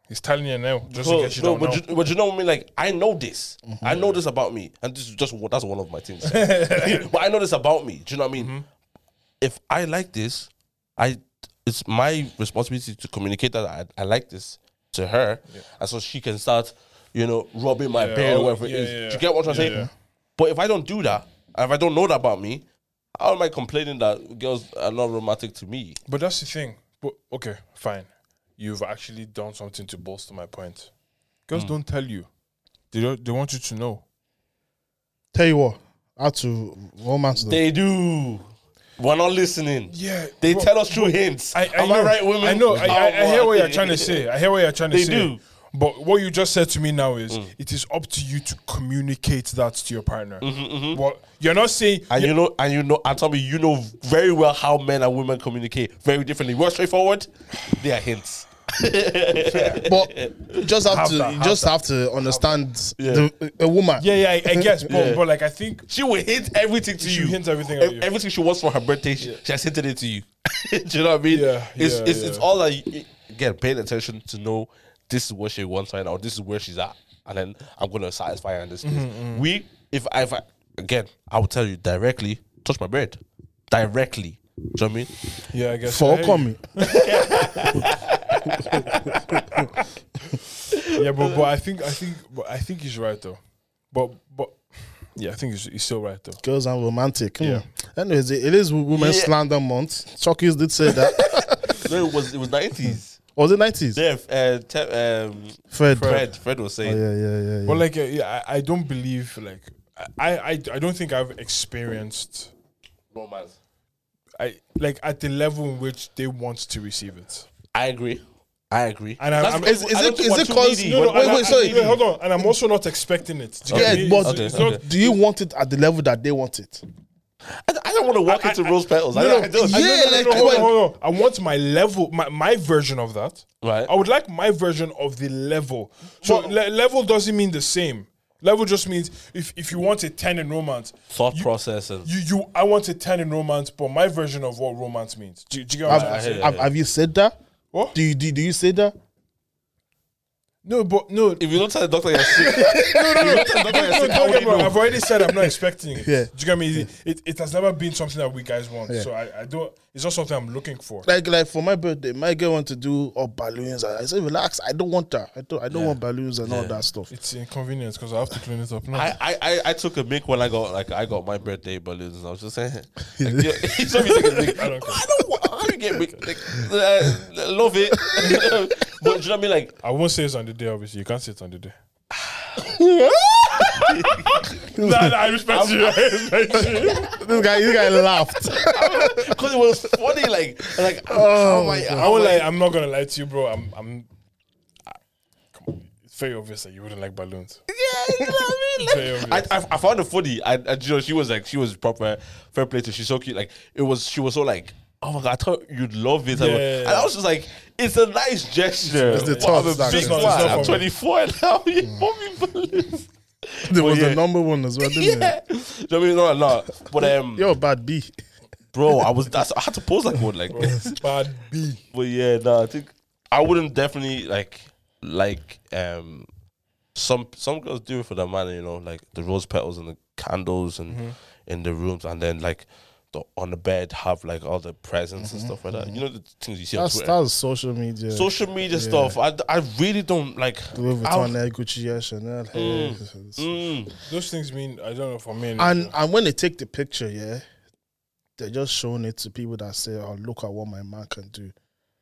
He's telling you now, just
No,
to get you Mm-hmm.
no,
down.
but,
now.
you, but you know what I mean? Like, I know this. I know this about me. And this is just what that's one of my things. but I know this about me. Do you know what I mean?
Mm-hmm.
If I like this, I it's my responsibility to communicate that I, I like this to her. And so she can start, you know, rubbing my bear
oh,
or whatever
yeah,
it is.
yeah,
Do you get what I'm
yeah,
saying?
yeah.
But if I don't do that, and if I don't know that about me, how am I complaining that girls are not romantic to me?
But that's the thing. But okay, fine. You've actually done something to bolster my point. Girls don't tell you. They don't. They want you to know.
Tell you what, how to romance them.
They do. We're not listening.
Yeah,
They
bro.
tell us through hints.
I, I
Am
know,
I right, women?
I know. I, I, I hear what you're trying to say. I hear what you're trying to
They
say.
do. Hmm.
But what you just said to me now is, it is up to you to communicate that to your partner.
Mm-hmm,
What you're not saying.
And you know, and you know, and tell me, you know very well how men and women communicate very differently. We're straightforward. They are hints.
but you just have,
Have
to,
that,
you
have
just have to understand the, a woman.
Yeah, yeah. I, I guess, but, but like I think
She will hint everything to
She
you.
hints everything
E-
at you.
Everything she wants for her birthday, she, she has hinted it to you. Do you know what I mean?
Yeah,
It's
yeah,
it's,
yeah.
it's all that you, again paying attention to know this is what she wants right now. This is where she's at, and then I'm gonna satisfy her in this case.
Mm-hmm,
We if I, if I again I will tell you directly touch my bed directly. Do you know what I mean?
Yeah, I guess.
For
Hey,
coming.
Yeah, but but I think I think but I think he's right though. But but yeah, I think he's, he's still right though.
Girls are romantic. Hmm.
Yeah.
Anyways, it it is Women's
Yeah.
Slander Month. Chucky's did say that.
No, it was it was nineties.
was it 90s?
Yeah, uh, te- um,
Fred.
Fred Fred was
Oh,
saying.
yeah, yeah, yeah. yeah.
But like, uh, yeah, I, I don't believe like I, I I don't think I've experienced
romance.
I like at the level in which they want to receive it.
I agree. I agree.
And I'm-
That's-
I'm-
I don't
Is- is it-
think
is
we're
it
too
cause-
needy.
no, no,
We're
wait,
not
wait,
too
sorry.
needy.
Wait, hold on, and I'm also not expecting it. Do you
yeah,
get me?
but
It's-
Okay,
it's
okay.
not-
do you want it at the level that they want it?
I, I don't want to walk into rose petals. I, don't- I don't. I
yeah,
don't-
no,
like,
no, hold on,
well,
hold on. I want my level, my, my version of that.
Right.
I would like my version of the level. So le- level doesn't mean the same. Level just means if, if you want a ten in romance,
Thought process and
you you I want a ten in romance, but my version of what romance means. Do, you- do you get what I'm
have,
saying?
hear you.
have, have you said that?
What?
Do you do, do you say that?
No, but no,
if you don't tell the doctor you're sick,
no, no, no. no, no,
sick, I
don't get
already
me wrong.
know.
I've already said I'm not expecting it.
Yeah.
Do you get me? It, it, it has never been something that we guys want. So I, I don't. It's not something I'm looking for.
Like like for my birthday, my girl want to do all balloons. I I said relax. I don't want that. I don't I don't want balloons and all that stuff.
It's inconvenience because I have to clean it up now.
I, I, I, I took a mic when I got like I got my birthday balloons. And I was just saying, like, yo, he told me to take a mic. I
don't care.
don't want. How do you get mic? Like, uh, love it, but do you know what I mean? Like
I won't say it's on the day. Obviously, you can't say it on the day. no, no, I respect you. I respect you.
This guy this guy laughed.
because it was funny. Like like
Oh
oh my,
I
how
won't
am I-
lie. I'm not gonna lie to you, bro. I'm. I'm. I- come on, it's very obvious that you wouldn't like balloons.
Yeah, you know what I mean? Like,
Very
I,
obvious.
I, I found it funny. I, I, you know, she was like, she was proper fair play to. She's so cute. Like it was, she was so like, oh my god, I thought you'd love it.
Yeah,
and I was just like, it's a nice gesture.
It's the
But I'm a
thoughts that
big
count.
man.
It's not- it's not
I'm 24 now.
for me.
You want me balloons?
There was
yeah.
the number one as well, didn't it?
Yeah, Do you know what I mean, no, no. But um,
Yo, bad B.
bro, I was, that's, I had to pose that code like this.
Bad B.
But yeah, no, I think I wouldn't definitely like, like um, some some girls do it
Mm-hmm.
for their man, you know, like the rose petals and the candles and in the rooms, and then like the the, on the bed have like all the presents
Mm-hmm.
and stuff like that. You know the things you see
That's
on Twitter.
that's social media.
Social media stuff. I, I really don't like.
Louis Vuitton,
I'll-
eh, Gucci, yeah, Chanel. hey, it's-
Mm.
Those things mean I don't know for me.
And and when they take the picture, yeah, they're just showing it to people that say, "Oh, look at what my man can do."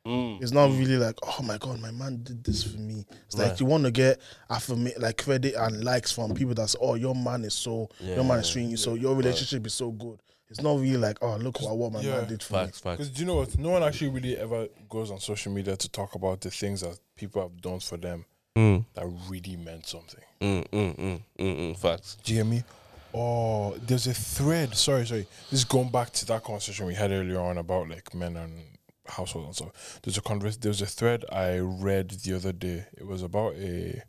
Mm.
It's not really like, "Oh my god, my man did this for me." It's like
Right.
you want to get affirm- like credit and likes from people that say, "Oh, your man is so, your man is treating you so, your relationship is so good." It's not really like, "Oh, look at what my
Yeah.
man did for
Facts,
Because
facts.
do you know what? No one actually really ever goes on social media to talk about the things that people have done for them
Mm,
that really meant something.
mm, mm, mm, mm, mm, facts.
Do you hear me? Oh, there's a thread. Sorry, sorry. This is going back to that conversation we had earlier on about like men and household and stuff. There's a converse, there's a thread I read the other day. It was about a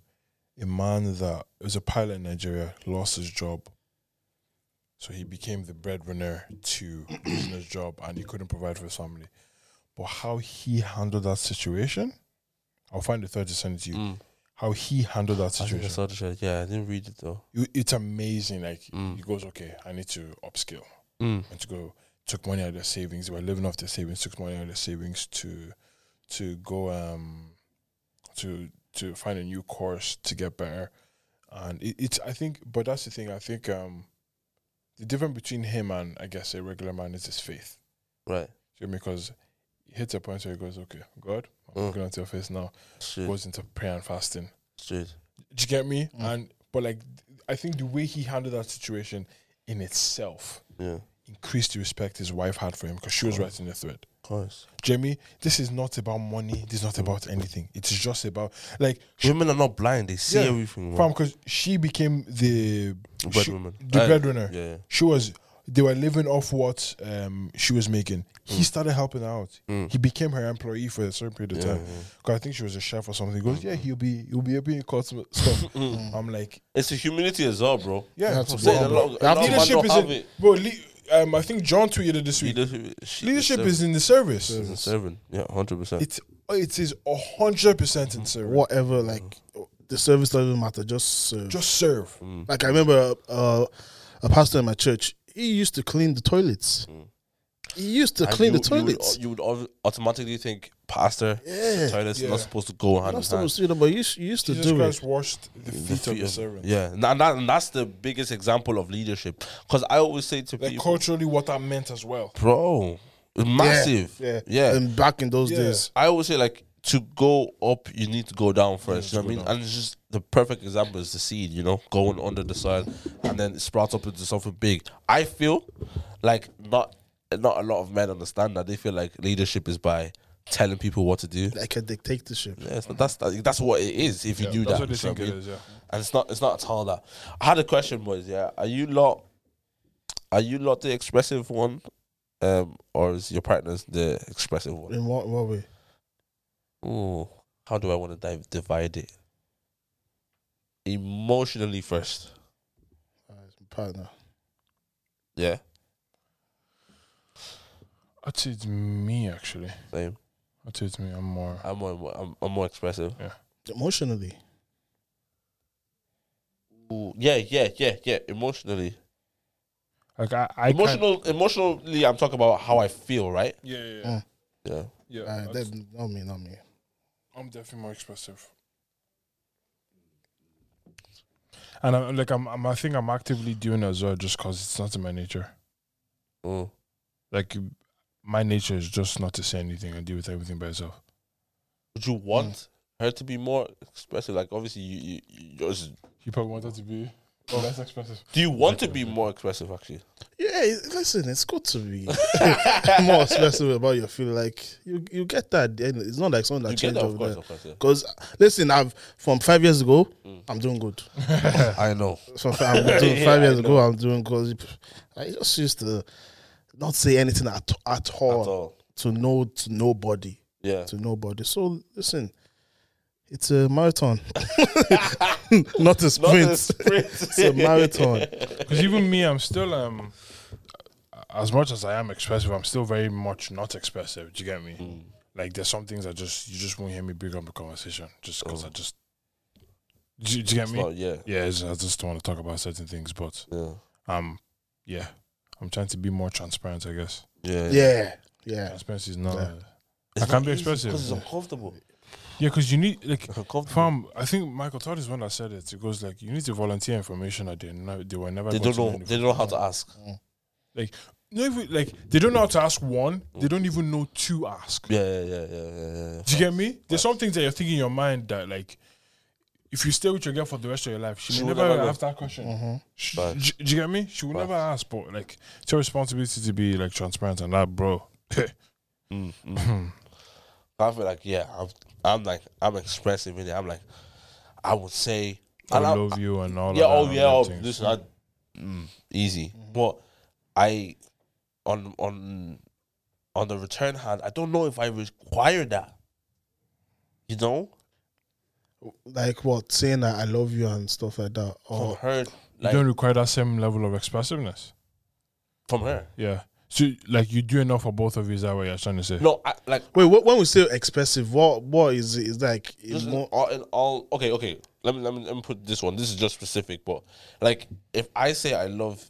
a man that it was a pilot in Nigeria lost his job, so he became the breadwinner to losing his job and he couldn't provide for his family. But how he handled that situation, I'll find the thread to send it to you.
Mm.
How he handled that
I think I
situation
saw the shirt. Yeah, I didn't read it though.
you- it's amazing. Like
Mm.
he goes, okay, I need to upskill
Mm.
and to go took money out of their savings. They were living off their savings. Took money out of their savings to to go um to to find a new course to get better. And it, it's I think, but that's the thing. I think um the difference between him and I guess a regular man is his faith.
Right.
You know, because he hits a point where he goes, okay, Oh, God, I'm
Mm.
looking at your face now.
Straight.
Goes into prayer and fasting.
Straight.
Do you get me?
Mm.
And but like, th- I think the way he handled that situation in itself
Yeah.
increased the respect his wife had for him because she was
Correct.
writing the thread.
Of course.
Jamie, this is not about money. This is not about anything. It's just about like she,
Women are not blind. They see
Yeah.
everything. Man.
because she became the
Bread
she-
woman.
the breadwinner.
Uh, Yeah.
She was. They were living off what um, she was making. He started helping her out.
Mm.
He became her employee for a certain period of
yeah,
time.
yeah.
'Cause I think she was a chef or something. He goes, yeah, he'll be he'll be helping you cut some stuff.
Mm.
I'm like,
It's a humility as well, bro.
yeah,
That's
I'm
what
Say
saying,
a
Bro,
lot, a
bro.
lot of man
leadership
don't
is
have
in,
it.
bro. Le- um, I think John tweeted this week.
Leadership, she-
Leadership
it's
is in the service.
serving. It's serving. Yeah, hundred percent.
It's it is hundred percent in service.
whatever." Like
Mm.
the service doesn't matter. Just serve.
Just serve.
Like I remember uh, a pastor in my church. He used to clean the toilets. He used to clean the toilets.
Mm. You would, au- automatically think, pastor,
Yeah.
toilet's
Yeah.
not supposed to go
You're
hand
not
in hand.
supposed to do that, but you, s- you used to
Jesus
do
Christ
it.
washed the feet,
The
of
feet
the
of-
servants.
Yeah, and, that, and that's the biggest example of leadership. Because I always say to
Like
people,
culturally, what that meant as well.
bro, it's massive.
Yeah.
yeah.
And back in those
Yeah.
days,
I always say like to go up, you need to go down first.
Yeah,
you know what I
to
mean?
go
And it's just the perfect example is the seed, you know, going under the soil and then it sprouts up into something big. I feel like not not a lot of men understand that. They feel like leadership is by telling people what to do.
like a dictatorship.
Yeah, it's not- that's that's what it is. If you
Yeah,
do
that's
that,
what they
you know
think
what I
it
mean?
is. Yeah.
and it's not it's not at all that. I had a question, boys. Yeah, are you lot are you lot the expressive one, um, or is your partners the expressive one?
In what, what way?
Ooh, how do I want to dive, divide it? Emotionally first.
Uh, it's my partner.
Yeah.
I'd say it's me actually.
Same.
I'd say it's me. I'm more.
I'm more. I'm, I'm more expressive.
Emotionally.
Ooh, yeah, yeah, yeah, yeah. Emotionally.
Like I, I can't-
Emotional. Emotionally, I'm talking about how I feel, right?
Yeah, yeah, yeah.
Mm.
Yeah.
yeah
Uh,
I'd-
that, not me, not me.
I'm definitely more expressive. And I'm like I'm, I'm I think I'm actively doing it as well, just because it's not in my nature.
Mm.
Like my nature is just not to say anything and deal with everything by yourself.
Would you want
Mm.
her to be more expressive? Like, obviously, you, you, you yours.
He probably wanted to be less expensive.
Do you want to be more expressive? Actually,
Yeah, it- listen, it's good to be more expressive about your feeling. Like you, you get that. at the end. It's not like someone
you
that
get
changed
that, of
over
course,
there.
of course.
Because listen, I've from five years ago,
Mm.
I'm doing good.
Yeah. I know.
So if I'm doing
Yeah,
five years
I
ago, I'm doing because I just used to not say anything at at
At
all,
all.
to no to nobody
Yeah.
to nobody. So listen, it's a marathon, not a
Not
sprint.
a sprint.
it's a marathon.
Because even me, I'm still um, as much as I am expressive, I'm still very much not expressive. Do you get me?
Mm.
Like there's some things I just you just won't hear me bring up in conversation just because I just. Do, you- do you get
It's
me?
not- yeah.
Yeah, it's, I just don't want to talk about certain things, but
Yeah.
um, yeah, I'm trying to be more transparent, I guess.
Yeah.
Yeah, yeah.
Transparency is not.
Yeah.
I can't be expressive.
because it's uncomfortable.
Yeah, because you need like,
It's uncomfortable.
fam. I think Michael Todd is one that said it. It goes like, you need to volunteer information that they no, they were never.
They don't
going to
know.
any-
They don't know how to ask.
No, even, like they don't know how to ask one. They don't even know to ask.
Yeah, yeah, yeah, yeah, yeah. yeah.
Do you get me? There's some things that you're thinking in your mind that like, if you stay with your girl for the rest of your life, she,
She
will
will
never,
never Mm.
have that question.
Mm-hmm.
Sh-
Facts.
j- do you get me? She will never ask. But like, it's your responsibility to be like transparent and that, bro.
Mm, mm. I feel like yeah, I'm, I'm like I'm expressive in it. I'm like, I would say
I
and I'm-
love you and all.
yeah,
of that
oh
and
yeah,
all
oh,
that things.
listen, I, mm, easy. But I on on on the return hand, I don't know if I require that. You know,
Like what saying that I love you and stuff like that.
from
Or
her,
Oh. you
like
don't require that same level of expressiveness.
from her.
Yeah. So like, you do enough for both of you. Is that what you're trying to say?
No, I, like
wait, what, when we say expressive, what what is it? Is like it's
just in
more.
all in all. Okay, okay. Let me let me let me put this one. This is just specific, but like if I say I love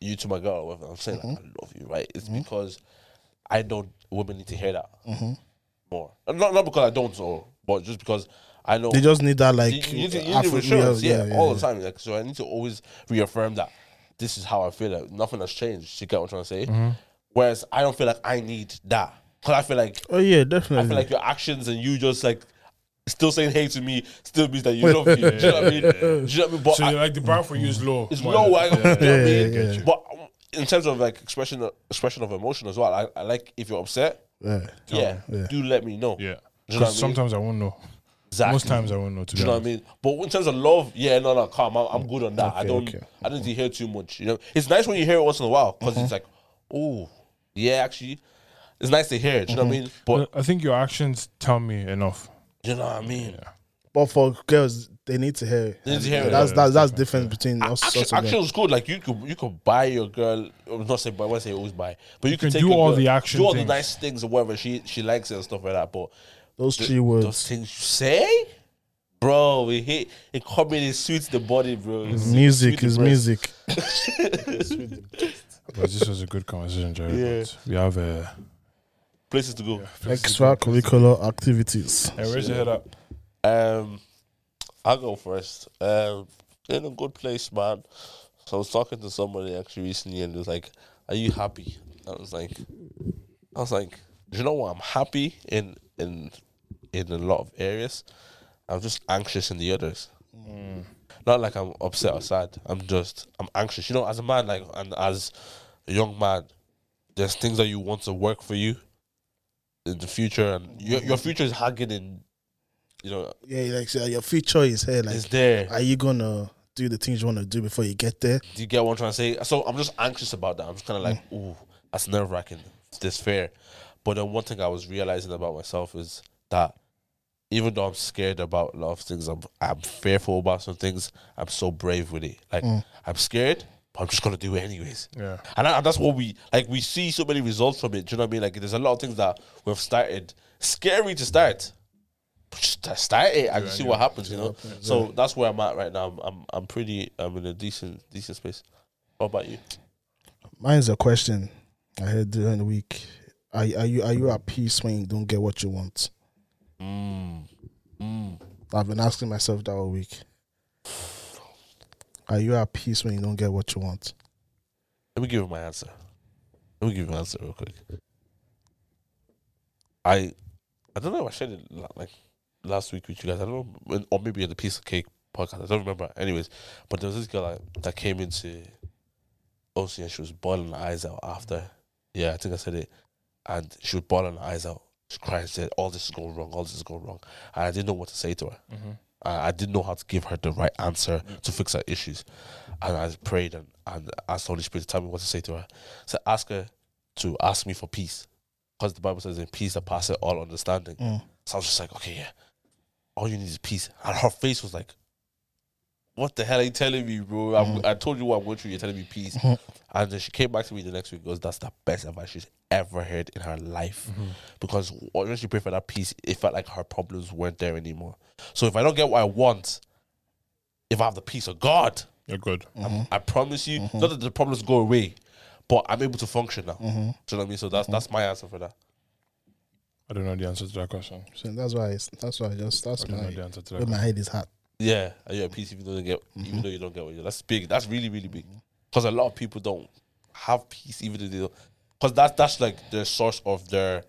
you to my girl, or whatever, I'm saying
Mm-hmm.
like, I love you, right? It's because I don't. Women need to hear that
Mm-hmm.
more. And Not not because I don't, or but just because I know
They just need that
you,
like
you need to, you need to
Afro-
reassurance,
yeah,
yeah,
yeah,
all
yeah.
the time. Like, so I need to always reaffirm that this is how I feel. Like, nothing has changed. You get what I'm trying to say?
Mm-hmm.
Whereas I don't feel like I need that because I feel like
Oh yeah,
I
definitely.
feel like your actions and you just like still saying hey to me still means that you love me. Do you know what I mean? Do you know what I mean? But
So
I-
you're like the bar for you is low.
it's
More
low.
or
I,
less.
do you know what I mean?
yeah, yeah.
But um, in terms of like expression expression of emotion as well, I, I like if you're upset,
yeah.
yeah,
yeah.
do let me know.
Yeah.
Do you know what I mean?
Because sometimes I won't know.
Exactly.
Most times I won't know.
Do
To be
you know what I
honest.
mean? But in terms of love, yeah, no, no, calm. I'm, I'm good on that. I
Okay,
don't,
okay.
I don't need to hear too much. You know, it's nice when you hear it once in a while because
Mm-hmm.
it's like, oh, yeah, actually, it's nice to hear. it, Do you know
Mm-hmm.
what I mean? But
I think your actions tell me enough.
do you know what I mean?
But for girls, they need to hear.
They need to hear it.
That's that's that's difference between us.
Actually,
us and them.
actually, it's good. Like you could, you could buy your girl. or Not say, buy, I won't say always buy, but you,
can
can, take
do
your
all
girl-
the action
do all
things.
the nice things or whatever she she likes it and stuff like that. But
Those
th-
three words.
those things you say, bro, it hit, it come in, it suits the body, bro. It suits- suits
music
the
is
breast.
music.
But this was a good conversation, Jerry. Yeah. We have a.
Places to go.
Extracurricular activities.
Hey, where's your head up?
Um, I'll go first. Um, in a good place, man. So I was talking to somebody actually recently, and it was like, "Are you happy?" I was like, "I was like, you know what? I'm happy in in in a lot of areas. I'm just anxious in the others. Not like I'm upset or sad. I'm just I'm anxious. You know, as a man, like and as a young man, there's things that you want to work for you in the future, and your your future is hanging in, you know,
Yeah, like so your future is here. Like,
it's there.
are you gonna do the things you wanna do before you get there?
Do you get what I'm trying to say? So I'm just anxious about that. I'm just kind of like, ooh, that's nerve wracking. This fear. But then one thing I was realizing about myself is that even though I'm scared about a lot of things, I'm I'm fearful about some things. I'm so brave with it. Like I'm scared, but I'm just gonna do it anyways.
Yeah.
And, that, and that's what we like. We see so many results from it. Do you know what I mean? Like there's a lot of things that we've started. Scary to start. But Just to start it and see what happens, you know. So that's where I'm at right now. I'm, I'm I'm pretty. I'm in a decent decent space. What about you?
Mine's a question I heard during the week. Are, are you are you at peace when you don't get what you want? I've been asking myself that all week. Are you at peace when you don't get what you want?
Let me give you my answer. Let me give you my answer real quick. I I don't know if I shared it la- like last week with you guys. I don't know, when, or maybe at the piece of cake podcast. I don't remember. Anyways, but there was this girl like, that came into OC and she was bawling her eyes out after. Yeah, I think I said it. And she was bawling her eyes out. She cried and said, "All this is going wrong. All this is going wrong." And I didn't know what to say to her. I, I didn't know how to give her the right answer to fix her issues. And I prayed and, and asked the Holy Spirit to tell me what to say to her. So ask her to ask me for peace. Because the Bible says in peace that passes all understanding.
Mm-hmm.
So I was just like, okay, yeah. All you need is peace. And her face was like, what the hell are you telling me, bro? I'm, I told you what I'm going through. You're telling me peace. And then she came back to me the next week. Goes, that's the best advice she's ever heard in her life.
Mm. Mm-hmm.
Because when she prayed for that peace, it felt like her problems weren't there anymore. So if I don't get what I want, if I have the peace of God,
You're good.
Mm-hmm.
I promise you, not that the problems go away, but I'm able to function now.
Mm-hmm.
Do you know what I mean? So that's that's my answer for that.
I don't know the answer to that question.
So that's why. It's, that's why. I just that's
I don't know
my.
the answer to that
Where my
question.
head is at.
Yeah, and you're at peace if you don't get, even though you don't get what you. That's big. That's really really big, because a lot of people don't have peace even though they don't, because that's that's like the source of their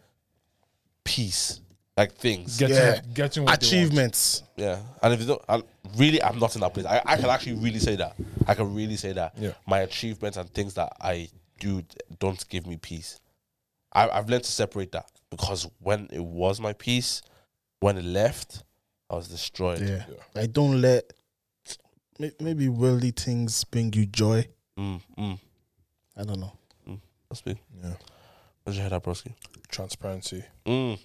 peace, like things.
Getting,
Yeah.
getting what they want.
Achievements.
Yeah, and if you don't, I, really, I'm not in that place. I, I can actually really say that. I can really say that.
Yeah.
My achievements and things that I do don't give me peace. I, I've learned to separate that because when it was my peace, when it left, I was destroyed.
Yeah. I don't let may- maybe worldly things bring you joy.
Mm, mm.
I don't know.
That's big.
Yeah.
Where'd you hear that, broski?
Transparency.
Mm.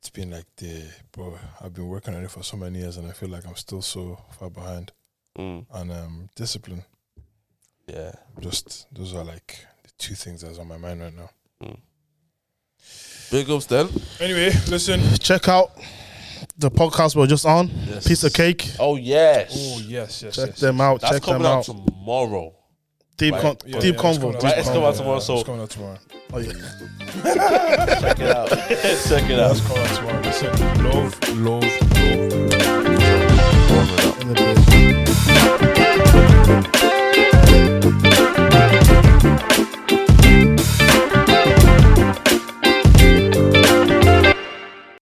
It's been like the bro. I've been working on it for so many years, and I feel like I'm still so far behind.
Mm.
And um, discipline.
Yeah.
Just those are like the two things that's on my mind right now.
Big ups then.
Anyway, listen.
Check out the podcast we we're just on.
Yes.
Piece of cake.
Oh yes.
Oh yes, yes.
Check
yes.
them out.
That's
check
coming
them out.
out tomorrow.
Deep,
Right.
con-
Yeah,
deep
yeah, it's
convo.
coming out
Right,
Deep
it's
convo.
coming out tomorrow, so-
It's coming out tomorrow.
Oh, yeah.
Check it out. Check it out.
It's coming out tomorrow. Listen, love, love,